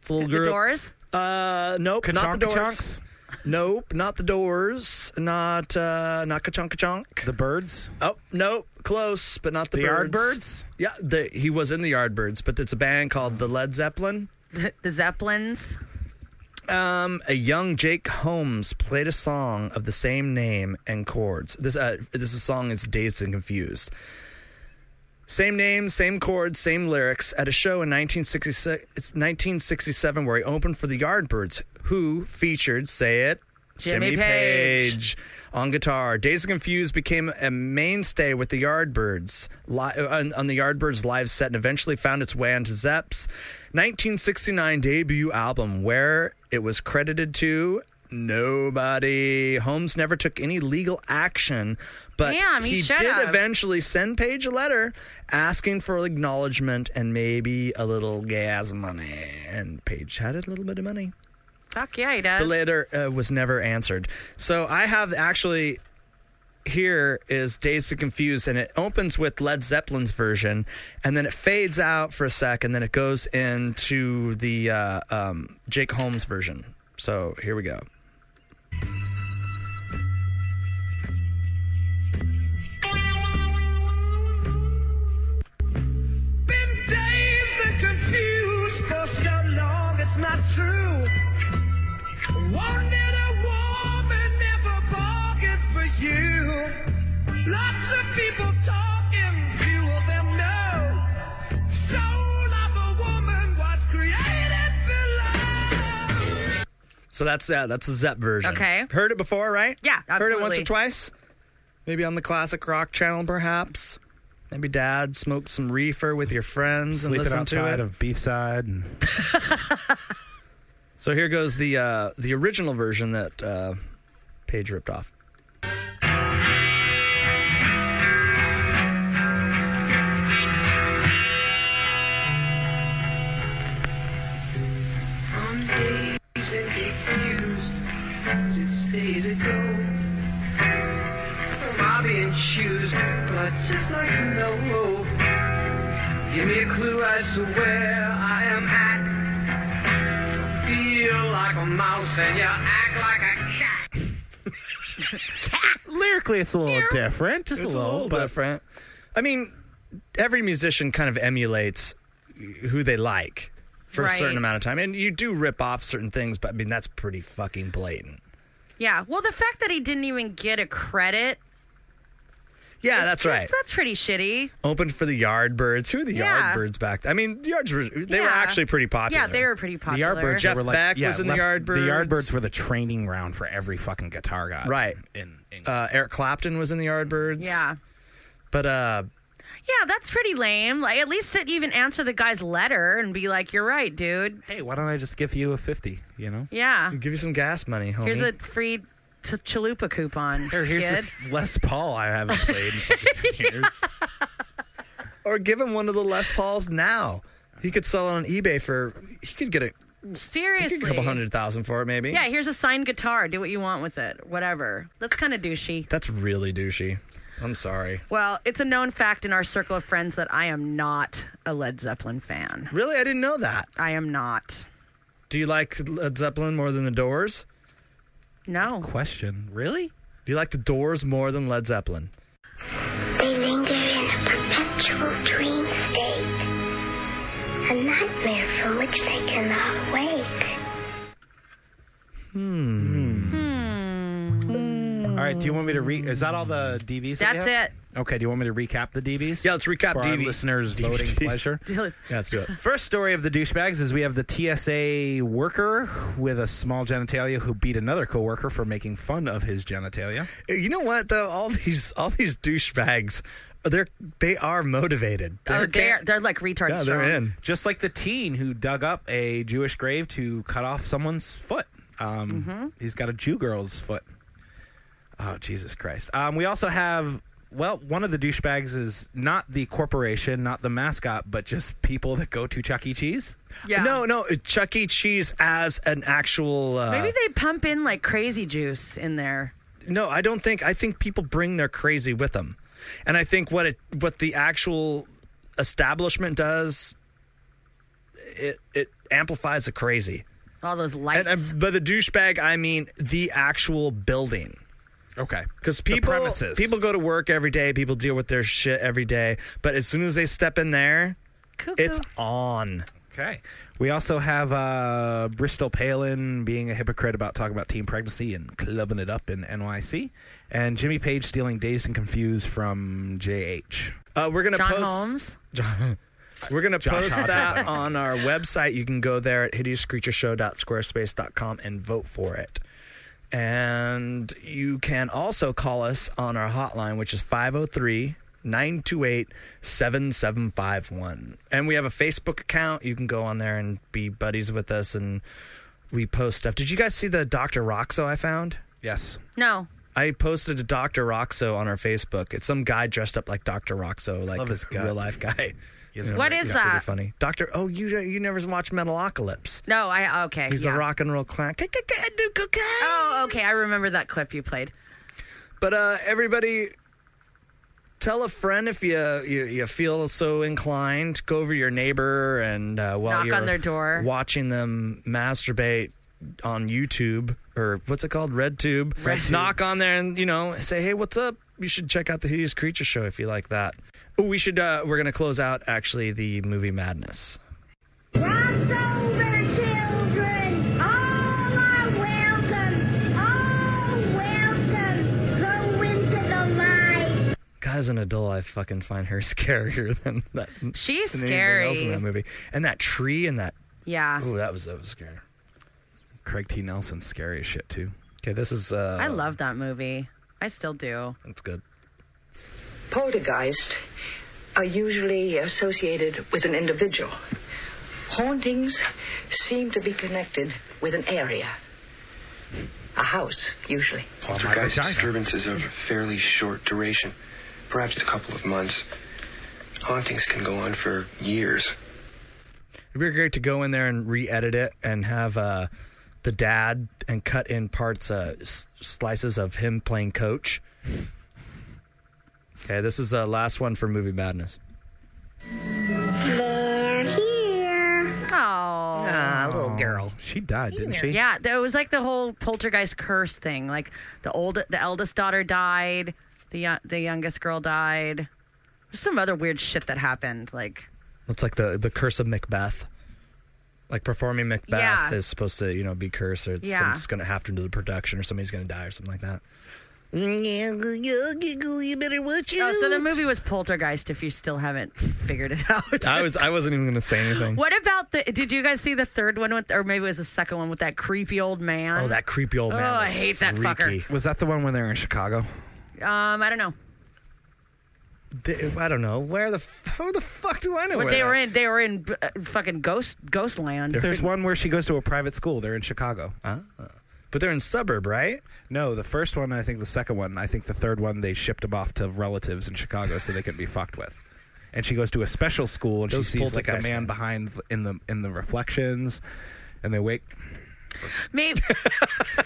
D: It's a little
E: The
D: group.
E: Doors.
D: Uh, nope, not the doors.
F: Ka-chonk, ka-chonks?
D: Nope, not the doors. Not uh, not ka-chunk ka-chunk.
F: The birds.
D: Oh, nope, close, but not the,
F: The
D: birds.
F: Yardbirds?
D: Yeah, the, he was in the Yardbirds, but it's a band called the Led Zeppelin.
E: The, the Zeppelins.
D: um, a young Jake Holmes played a song of the same name and chords. This uh, this is a song is Dazed and Confused. Same name, same chords, same lyrics at a show in 1966, it's 1967 where he opened for the Yardbirds, who featured, say it,
E: Jimmy Page.
D: Page on guitar. Days and Confused became a mainstay with the Yardbirds li- on, on the Yardbirds live set and eventually found its way onto Zepp's 1969 debut album, where it was credited to nobody. Holmes never took any legal action, but
E: Damn, he
D: he
E: should
D: did
E: have.
D: eventually send Page a letter asking for acknowledgement and maybe a little gas money. And Page had a little bit of money.
E: Fuck yeah, he does.
D: The letter uh, was never answered. So I have actually here is Days to Confuse, and it opens with Led Zeppelin's version, and then it fades out for a sec, and then it goes into the uh, um, Jake Holmes version. So here we go.
K: Been dazed and confused for so long, it's not true. Wanted a woman, never bargained for you. Lots of people talking, few of them know. Soul of a woman was created below.
D: So that's that. That's the Zepp version.
E: Okay.
D: Heard it before, right?
E: Yeah, absolutely.
D: Heard it once or twice. Maybe on the classic rock channel, perhaps. Maybe dad smoked some reefer with your friends and
F: Sleeping
D: listened to
F: outside
D: it.
F: of Beefside. And-
D: so here goes the uh, the original version that uh, Paige ripped off.
K: I'm dazed and confused as it stays ago. Bobby and shoes, but I'd just like to know. Give me a clue as to where I am at. I feel like a mouse and you act like a cat.
D: Lyrically, it's a little
F: different, just a little, but-
D: different. I mean, every musician kind of emulates who they like for a
E: Right.
D: certain amount of time, and you do rip off certain things, but I mean that's pretty fucking blatant.
E: Yeah. Well, the fact that he didn't even get a credit,
D: Yeah, that's right.
E: that's pretty shitty.
D: Opened for the Yardbirds. Who are the
E: Yeah.
D: Yardbirds back? I mean, the Yardbirds. They were
E: Yeah.
D: actually pretty popular.
E: Yeah, they were pretty popular.
F: The Yardbirds
D: Jeff
F: were like,
D: Beck
F: yeah,
D: was in the
F: left-
D: Yardbirds.
F: The Yardbirds were the training ground for every fucking guitar guy.
D: right. uh, Eric Clapton was in the Yardbirds.
E: Yeah.
D: but uh,
E: Yeah, that's pretty lame. Like, at least to even answer the guy's letter and be like, "You're right, dude."
F: Hey, why don't I just give you a fifty? You
D: Uh,
F: know.
E: Yeah.
D: give you some gas money, homie.
E: Here's a free t- chalupa coupon.
F: Here, here's
E: kid.
F: this Les Paul I haven't played. in fucking years.
D: or give him one of the Les Pauls now. He could sell it on eBay for. He could get a,
E: Seriously.
D: a couple hundred thousand for it, maybe.
E: Yeah, here's a signed guitar. Do what you want with it. Whatever. That's kind of douchey.
D: That's really douchey. I'm sorry.
E: Well, it's a known fact in our circle of friends that I am not a Led Zeppelin fan.
D: Really, I didn't know that.
E: I am not.
D: Do you like Led Zeppelin more than the Doors?
E: No.
F: Question. Really?
D: Do you like the Doors more than Led Zeppelin?
T: They linger in a perpetual dream state, a nightmare from which they cannot wake.
F: All right. Do you want me to re? Is that all the DVs? that we
E: That's
F: have?
E: it.
F: Okay. Do you want me to recap the DVs?
D: Yeah, let's recap
F: for our
D: DV.
F: listeners' voting pleasure.
E: yeah,
D: let's do it.
F: First story of the douchebags is we have the TSA worker with a small genitalia who beat another coworker for making fun of his genitalia.
D: You know what though? All these all these douchebags, they're they are motivated.
E: They're, Oh, they're, they're like retards.
D: Yeah, they're
E: strong.
D: in.
F: Just like the teen who dug up a Jewish grave to cut off someone's foot. Um,
E: Mm-hmm.
F: He's got a Jew girl's foot. Oh, Jesus Christ. Um, we also have, well, one of the douchebags is not the corporation, not the mascot, but just people that go to Chuck E. Cheese.
E: Yeah.
D: No, no, Chuck E. Cheese as an actual. Uh,
E: Maybe they pump in like crazy juice in there.
D: No, I don't think. I think people bring their crazy with them, and I think what it what the actual establishment does, it it amplifies the crazy.
E: All those lights.
D: And uh, by the douchebag, I mean the actual building.
F: Okay.
D: Because
F: The
D: people
F: premises.
D: people go to work every day, people deal with their shit every day, but as soon as they step in there,
E: Cuckoo.
D: it's on.
F: Okay. We also have uh, Bristol Palin being a hypocrite about talking about teen pregnancy and clubbing it up in NYC, and Jimmy Page stealing Dazed and Confused from JH.
D: Uh, we're gonna
F: John
D: post.
F: Holmes?
D: John- we're gonna
F: Josh
D: post
F: Hodgman.
D: that on our website. You can go there at hideouscreatureshow.squarespace.com and vote for it. And you can also call us on our hotline, which is 503 928 7751. And we have a Facebook account. You can go on there and be buddies with us and we post stuff. Did you guys see the Dr. Roxo I found?
F: Yes.
E: No.
D: I posted a Dr. Roxo on our Facebook. It's some guy dressed up like Dr. Roxo, like a real life guy.
E: a What nice is gut.
D: Pretty
E: that?
D: funny. Doctor, oh, you you never watched Metalocalypse.
E: No, I okay.
D: He's
E: yeah.
D: the rock and roll clown.
E: Oh, okay. I remember that clip you played.
D: But uh, everybody, tell a friend if you, you you feel so inclined. Go over to your neighbor and uh, while
E: Knock
D: you're
E: on their door.
D: watching them masturbate on YouTube or what's it called, RedTube.
E: RedTube.
D: Knock on there and you know say, hey, what's up? You should check out the Hideous Creature Show if you like that. Oh, we should. Uh, we're gonna close out actually the movie Madness. God, as an adult, I fucking find her scarier than that.
E: She's
D: than anything Else in
E: scary.
D: that movie, and that tree and that.
E: Yeah.
D: Ooh, that was that was scary.
F: Craig T. Nelson's scary as shit too.
D: Okay, this is. Uh,
E: I love that movie. I still do.
D: It's good.
A: Poltergeist are usually associated with an individual. Hauntings seem to be connected with an area, a house, usually.
U: Poltergeist disturbances of fairly short duration, perhaps a couple of months. Hauntings can go on for years.
D: It'd be great to go in there and re-edit it and have uh, the dad and cut in parts, uh, s- slices of him playing coach. Okay, this is the last one for movie madness.
E: Oh.
D: Ah, little girl.
F: She died, didn't she?
E: Yeah, th- it was like the whole poltergeist curse thing. Like the old, the eldest daughter died, the yo- the youngest girl died. There's some other weird shit that happened. Like
D: That's like the the curse of Macbeth. Like performing Macbeth
E: Yeah.
D: is supposed to, you know, be cursed or
E: Yeah.
D: something's going to happen to the production or somebody's going to die or something like that. You better watch
E: Oh, so the movie was Poltergeist. If you still haven't figured it out,
D: I was I wasn't even going to say anything.
E: What about the? Did you guys see the third one with, or maybe it was the second one with that creepy old man?
D: Oh, that creepy old man.
E: Oh, I
D: was
E: hate that
D: freaky.
E: fucker.
F: Was that the one when they were in Chicago?
E: Um, I don't know.
D: D- I don't know where the f- who the fuck do I know?
E: But
D: where
E: they
D: that-
E: were in they were in uh, fucking ghost ghost land.
F: There's one where she goes to a private school. They're in Chicago.
D: Ah. But they're in suburb, right?
F: No, the first one, I think the second one, I think the third one, they shipped them off to relatives in Chicago so they could be fucked with. And she goes to a special school and
D: Those
F: she sees like a
D: poltergeist
F: man
D: men.
F: behind in the in the reflections, and they wake
E: Maybe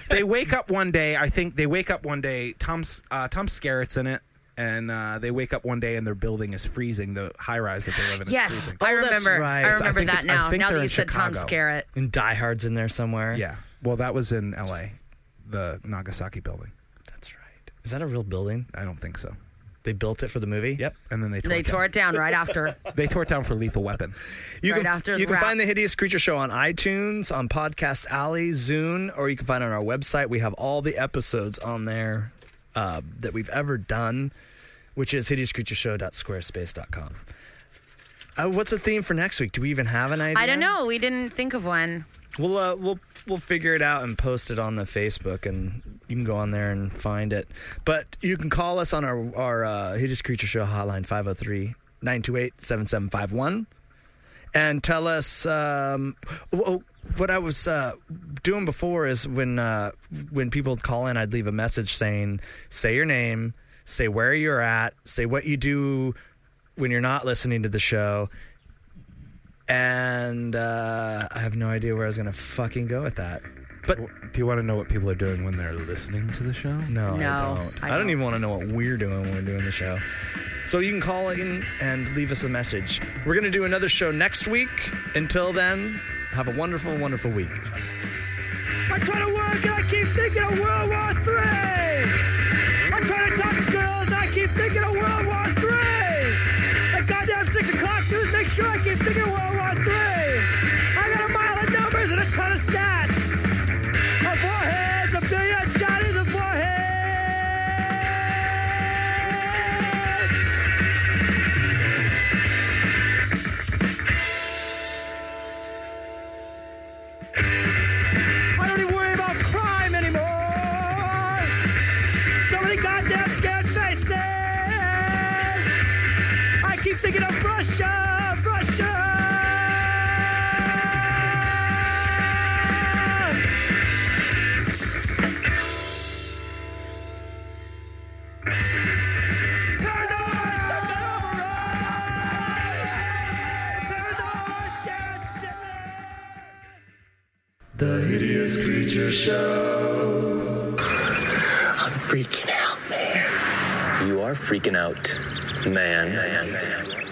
F: they wake up one day. I think they wake up one day. Tom's uh, Tom Skerritt's in it, and uh, they wake up one day and their building is freezing. The high rise that they live in.
E: Yes,
F: is freezing.
E: I Oh, that's remember. I
F: It's-
E: remember
F: think
E: that
F: it's- I
E: now.
F: think
E: Now that you
F: they're in
E: said Tom
F: Chicago.
E: Skerritt.
D: And Die Hard's in there somewhere.
F: Yeah. Well, that was in L.A. The Nagasaki building.
D: That's right. Is that a real building?
F: I don't think so.
D: They built it for the movie.
F: Yep. And then they tore
E: they
F: it down.
E: tore it down right after.
F: They tore it down for Lethal Weapon.
D: You
E: Right
D: can,
E: after
D: you
E: the
D: can
E: rap.
D: find the Hideous Creature Show on iTunes, on Podcast Alley, Zune, or you can find it on our website. We have all the episodes on there uh, that we've ever done, which is hideouscreatureshow.squarespace.com. Uh, what's the theme for next week? Do we even have an idea?
E: I don't know. We didn't think of one.
D: We'll uh, we'll we'll figure it out and post it on the Facebook, and you can go on there and find it. But you can call us on our our uh, Hideous Creature Show hotline 503-928-7751 and tell us um, w- w- what I was uh, doing before is when uh, when people would call in, I'd leave a message saying, "Say your name, say where you're at, say what you do when you're not listening to the show." and uh, I have no idea where I was gonna fucking go with that. But
F: do you want to know what people are doing when they're listening to the show?
D: No,
F: No,
D: I don't.
F: I
D: I, don't even want to know what we're doing when we're doing the show. So you can call in and leave us a message. We're gonna do another show next week. Until then, have a wonderful, wonderful week.
K: I try to work and I keep thinking of World War III. I try to talk to girls and I keep thinking of World War III. The goddamn 6 o'clock news makes
F: make sure I get through World War III. I got a mile of numbers and a ton of stats. A forehead's a billion, Johnny's a forehead. I don't even worry about crime anymore. So many goddamn scared faces. I keep thinking of Russia,
B: The Hideous Creature Show. I'm freaking out, man.
U: You are freaking out, man.